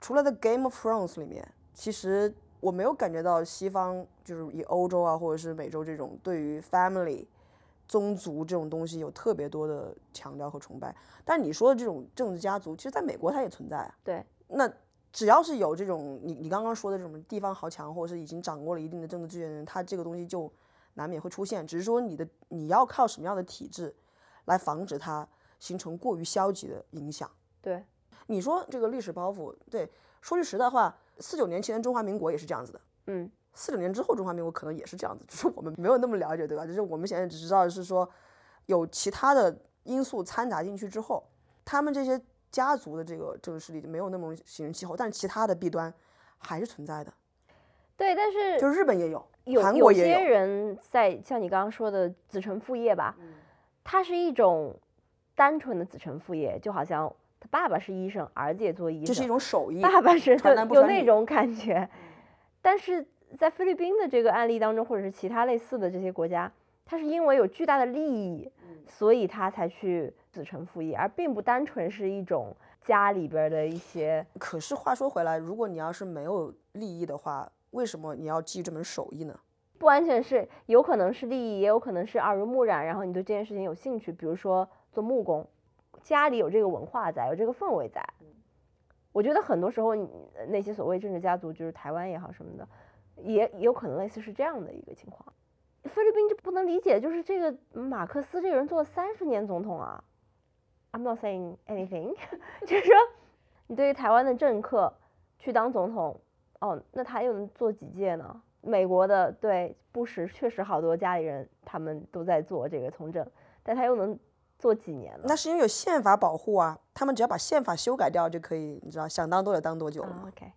除了《The Game of Thrones》里面，其实我没有感觉到西方就是以欧洲啊，或者是美洲这种对于 family、宗族这种东西有特别多的强调和崇拜。但你说的这种政治家族，其实在美国它也存在啊。对，那只要是有这种你你刚刚说的这种地方豪强，或者是已经掌握了一定的政治资源的人，他这个东西就难免会出现。只是说你的你要靠什么样的体制来防止它形成过于消极的影响。对，你说这个历史包袱，对，说句实在话，四九年前的中华民国也是这样子的，嗯，四九年之后中华民国可能也是这样子，只 是我们没有那么了解，对吧？就是我们现在只知道是说有其他的因素掺杂进去之后，他们这些家族的这个政治势力就没有那么容易形成气候，但是其他的弊端还是存在的，对，但是就日本也有，有韩有国也些有，人在像你刚刚说的子承父业吧，它是一种单纯的子承父业，就好像他爸爸是医生，儿子也做医这是一 生，种手艺。爸爸是传就男不有传那女种感觉。但是在菲律宾的这个案例当中，或者是其他类似的这些国家，它是因为有巨大的利益，嗯所以他才去子承父业，而并不单纯是一种家里边儿的一些可是话说回来，如果你要是没有利益的话，为什么你要记这门手艺呢？不完全是，有可能是利益，也有可能是耳濡目染，然后你对这件事情有兴趣，比如说做木工，家里有这个文化在，有这个氛围在。我觉得很多时候你呃那些所谓政治家族，就是台湾也好什么的，也也有可能类似是这样的一个情况。菲律宾就不能理解，就是这个马克思这个人做了三十年总统啊，I'm not saying anything，就是 说你对于台湾的政客去当总统，哦，那他又能做几届呢？美国的对布什确实好多家里人他们都在做这个从政，但他又能做几年呢？那是因为有宪法保护啊，他们只要把宪法修改掉就可以，你知道，想当多久当多久了啊嘛。 OK，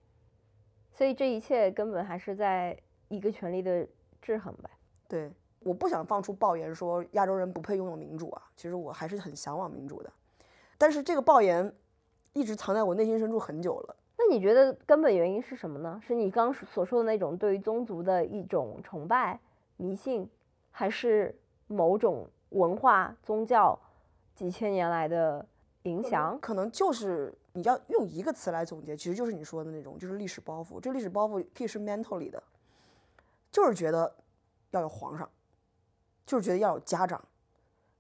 所以这一切根本还是在一个权力的制衡呗。对，我不想放出爆言说亚洲人不配拥有民主啊，其实我还是很向往民主的，但是这个爆言一直藏在我内心深处很久了。那你觉得根本原因是什么呢？是你刚刚所说的那种对于宗族的一种崇拜、迷信，还是某种文化、宗教几千年来的影响？可能就是你要用一个词来总结，其实就是你说的那种，就是历史包袱。这历史包袱屁是 mentally 的，就是觉得要有皇上，就是觉得要有家长，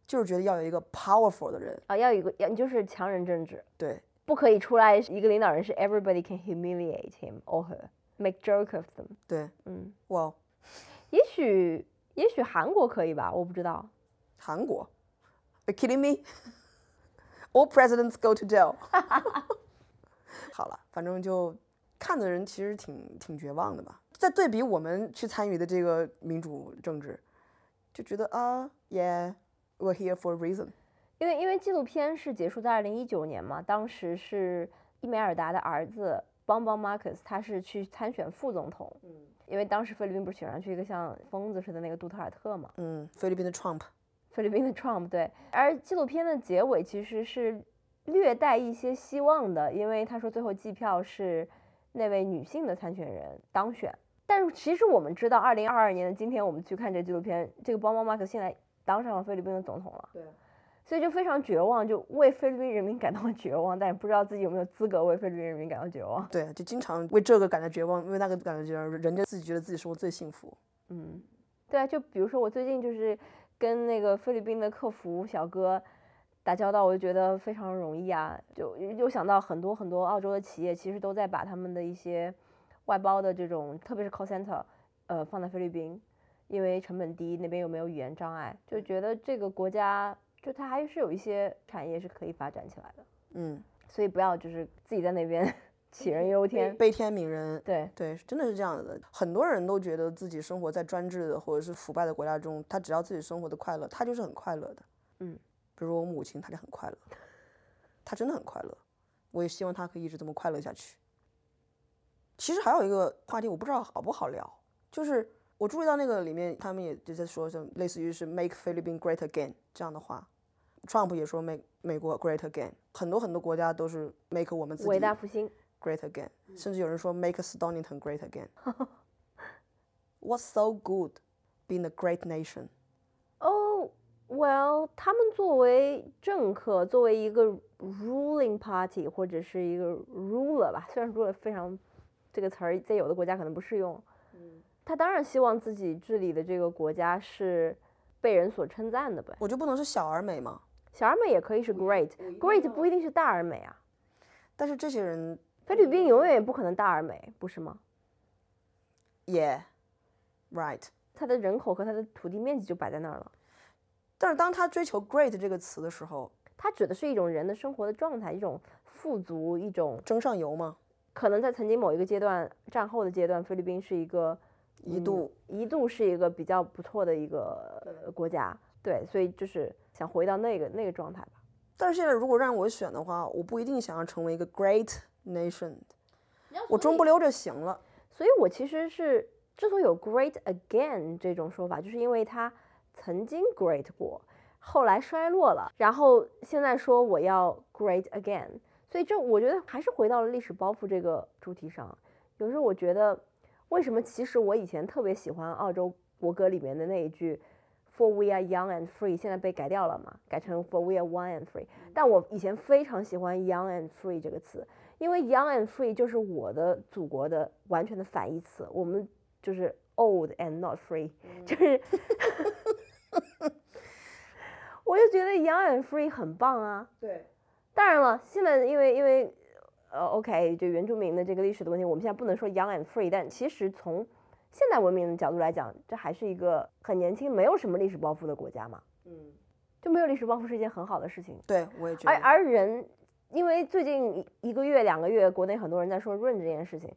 就是觉得要有一个 powerful 的人，啊，要有一个，要你就是强人政治，对。不可以出来一个领导人是 everybody can humiliate him or her, make joke of them。对，嗯，哇、哦也许也许韩国可以吧，我不知道。韩国，Are you kidding me? All presidents go to jail 。 好了，反正就看的人其实挺挺绝望的吧。再对比我们去参与的这个民主政治，就觉得啊、y e a h we're here for a reason。因为因为纪录片是结束在二零一九年嘛，当时是伊梅尔达的儿子邦邦 Marcus，他是去参选副总统，嗯，因为当时菲律宾不是选上去一个像疯子似的那个杜特尔特嘛，嗯，菲律宾的 Trump，菲律宾的 Trump 对，而纪录片的结尾其实是略带一些希望的，因为他说最后计票是那位女性的参选人当选。但是其实我们知道，二零二二年的今天，我们去看这纪录片，这个邦邦马克现在当上了菲律宾的总统了，对啊，所以就非常绝望，就为菲律宾人民感到绝望，但也不知道自己有没有资格为菲律宾人民感到绝望。对，就经常为这个感到绝望，为那个感到绝望，人家自己觉得自己生活最幸福。嗯，对啊，就比如说我最近就是跟那个菲律宾的客服小哥打交道，我就觉得非常容易啊，就又想到很多很多澳洲的企业其实都在把他们的一些外包的这种，特别是 call center，呃，放在菲律宾，因为成本低，那边又没有语言障碍，就觉得这个国家就它还是有一些产业是可以发展起来的，嗯，所以不要就是自己在那边 杞人忧天。悲天悯人，对，对，真的是这样子的。很多人都觉得自己生活在专制的或者是腐败的国家中，他只要自己生活的快乐，他就是很快乐的。嗯，比如说我母亲，她就很快乐，她真的很快乐。我也希望她可以一直这么快乐下去。其实还有一个话题，我不知道好不好聊，就是我注意到那个里面，他们也就在说，像类似于是 “make Philippines great again” 这样的话。Trump 也说 “make 美国 great again”，很多很多国家都是 “make 我们自己伟大复兴。 great again，甚至有人说 make Stonington great again。What's so good being a great nation？哦， Well，他们作为政客，作为一个 ruling party 或者是一个 ruler 吧，虽然 ruler 非常这个词儿在有的国家可能不适用，他当然希望自己治理的这个国家是被人所称赞的呗。我就不能是小而美吗？小而美也可以是 great，great 不一定是大而美啊。但是这些人菲律宾永远也不可能大而美，不是吗？也、right，它的人口和它的土地面积就摆在那儿了。但是当他追求 great 这个词的时候，它指的是一种人的生活的状态，一种富足，一种争上游嘛，可能在曾经某一个阶段，战后的阶段，菲律宾是一个一嗯度一度是一个比较不错的一个呃国家，对，所以就是想回到那个那个状态吧。但是现在如果让我选的话，我不一定想要成为一个 great nation，我中不溜着行了。所以我其实是之所以有 great again 这种说法，就是因为它曾经 great 过，后来衰落了，然后现在说我要 great again，所以这我觉得还是回到了历史包袱这个主题上。有时候我觉得，为什么其实我以前特别喜欢澳洲国歌里面的那一句。For we are young and free，现在被改掉了嘛，改成 For we are one and free。但我以前非常喜欢 young and free 这个词，因为 young and free 就是我的祖国的完全的反义词，我们就是 old and not free，、就是，我就觉得 young and free 很棒啊。对，当然了，现在因为因为呃，OK，就原住民的这个历史的问题，我们现在不能说 young and free，但其实从现代文明的角度来讲，这还是一个很年轻、没有什么历史包袱的国家嘛，嗯，就没有历史包袱是一件很好的事情。对，我也觉而得。而人，因为最近一一个月、两个月，国内很多人在说润这件事情，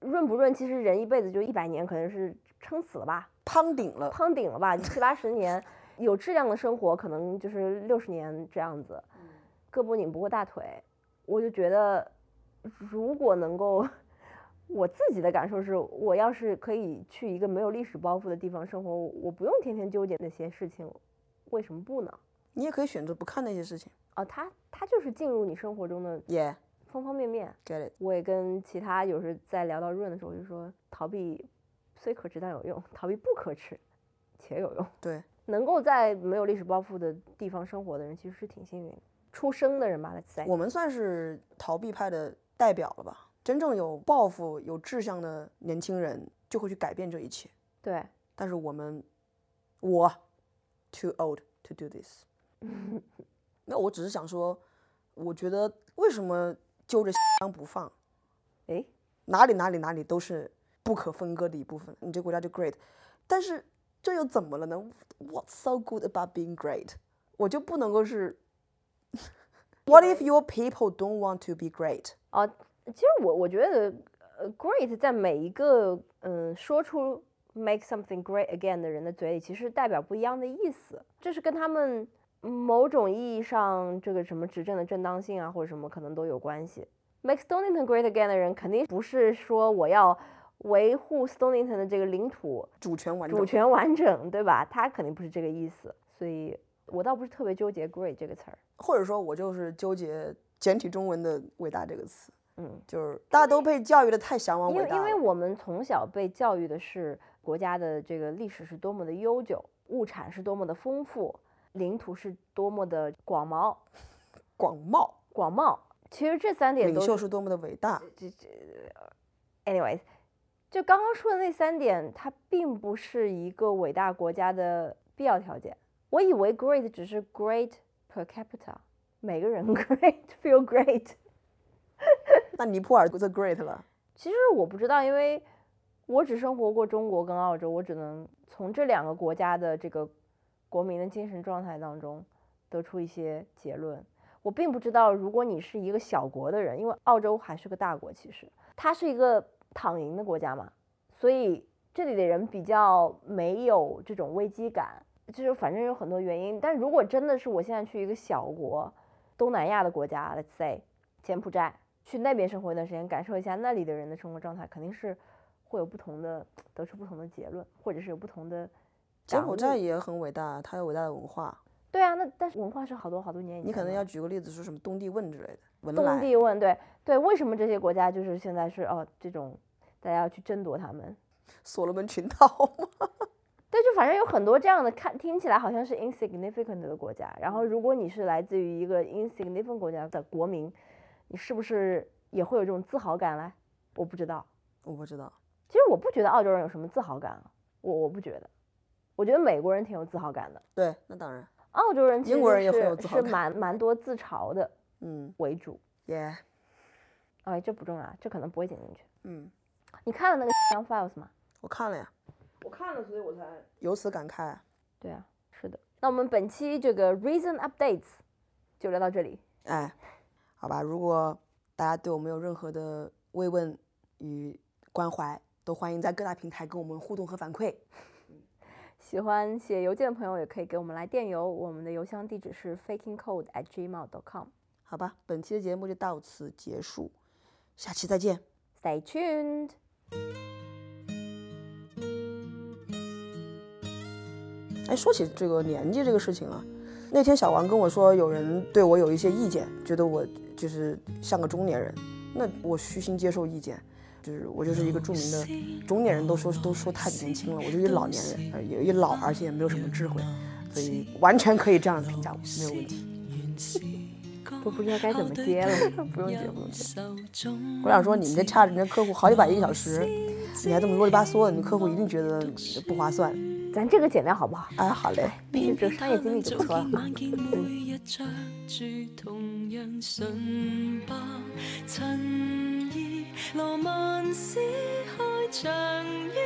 润不润，其实人一辈子就一百年，可能是撑死了吧，胖顶了，胖顶了吧，七八十年，有质量的生活可能就是六十年这样子，胳膊拧不过大腿，我就觉得，如果能够。我自己的感受是，我要是可以去一个没有历史包袱的地方生活，我不用天天纠结那些事情，为什么不呢？你也可以选择不看那些事情。啊，它它就是进入你生活中的 Yeah, 方方面面。 get it？我也跟其他有时在聊到润的时候，我就说逃避虽可耻但有用，逃避不可耻且有用。对，能够在没有历史包袱的地方生活的人，其实是挺幸运的。出生的人吧，来自我们算是逃避派的代表了吧？真正有抱负、有志向的年轻人就会去改变这一切。对，但是我们，我，too old to do this。那我只是想说，我觉得为什么揪着不放？诶，哪里哪里哪里都是不可分割的一部分，你这国家就 great。但是这又怎么了呢？What's so good about being great？我就不能够是 What if your people don't want to be great？哦，其实我我觉得，呃，great 在每一个嗯说出 make something great again 的人的嘴里，其实代表不一样的意思，这是跟他们某种意义上这个什么执政的正当性啊，或者什么可能都有关系。make Stonington great again 的人，肯定不是说我要维护 Stonington 的这个领土主权完整主。权完整，对吧？他肯定不是这个意思，所以我倒不是特别纠结 great 这个词儿。或者说我就是纠结简体中文的“伟大”这个词，嗯，就是大家都被教育的太向往因伟为大因为了。我们从小被教育的是国家的这个历史是多么的悠久，物产是多么的丰富，领土是多么的广袤广袤广袤。其实这三点领都袖是是多么的伟大， ，anyways，就刚刚说的那三点，它并不是一个伟大国家的必要条件。我以为 great 只是 great per capita，每个人 great feel great。那尼泊尔 the great 了。其实我不知道，因为我只生活过中国跟澳洲，我只能从这两个国家的这个国民的精神状态当中得出一些结论。我并不知道，如果你是一个小国的人，因为澳洲还是个大国，其实它是一个躺赢的国家嘛，所以这里的人比较没有这种危机感，就是反正有很多原因。但如果真的是我现在去一个小国，东南亚的国家，let's say，柬埔寨，去那边生活一段时间，感受一下那里的人的生活状态，肯定是会有不同的，得出不同的结论，或者是有不同的柬感埔悟寨也很伟大，它有伟大的文化。对啊，那但是文化是好多好多年以前的，你可能要举个例子，说什么东帝汶之类的文动莱。地问，对对，为什么这些国家就是现在是哦这种，大家要去争夺他们？所罗门群岛吗？对，就反正有很多这样的看听起来好像是 insignificant 的国家，然后如果你是来自于一个 insignificant 国家的国民，你是不是也会有这种自豪感来？我不知道， 我不知道，其实我不觉得澳洲人有什么自豪感啊，我我不觉得，我觉得美国人挺有自豪感的，对，那当然，澳洲人其英实国人也会是有自豪是感蛮蛮多自嘲的嗯，为主，也，哎，这不重要啊，这可能不会剪进去。嗯，你看了那个 Young Files 吗？我看了呀，我看了，所以我才由此感慨。对啊，是的。那我们本期这个 Reason Updates 就聊到这里。哎，好吧，如果大家对我们有任何的慰问与关怀，都欢迎在各大平台跟我们互动和反馈。喜欢写邮件的朋友也可以给我们来电邮，我们的邮箱地址是 fakingcode@gmail.com。好吧，本期的节目就到此结束，下期再见。 Stay tuned。哎，说起这个年纪这个事情啊，那天小王跟我说，有人对我有一些意见，觉得我就是像个中年人。那我虚心接受意见，就是我就是一个著名的中年人，都说都说太年轻了，我就是一老年人，呃也也老，而且也没有什么智慧，所以完全可以这样评价我，没有问题。都不知道该怎么接了， 不用接，不用接。我想说，你们这差着人家客户好几百一个小时，你还这么啰里吧嗦的，你客户一定觉得不划算。咱这个剪掉好不好？哎，好嘞。这个商业经理就不错了。眼見每日着住同樣純白襯衣，羅曼史開場於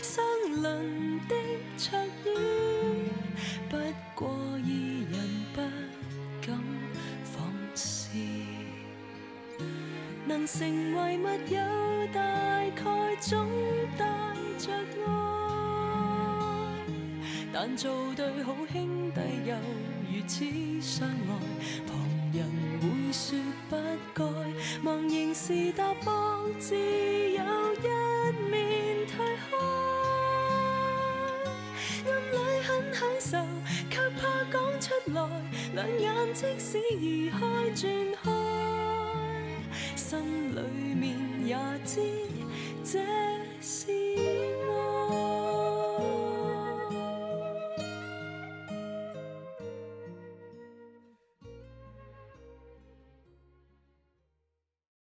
相鄰的桌椅，不過二人不敢放肆。能成為密友，大概總帶着愛。但做對好兄弟又如此相愛，旁人會說不該，茫然是踏步，自有一面退開。暗裏很享受，卻怕講出來，兩眼即使移開轉開。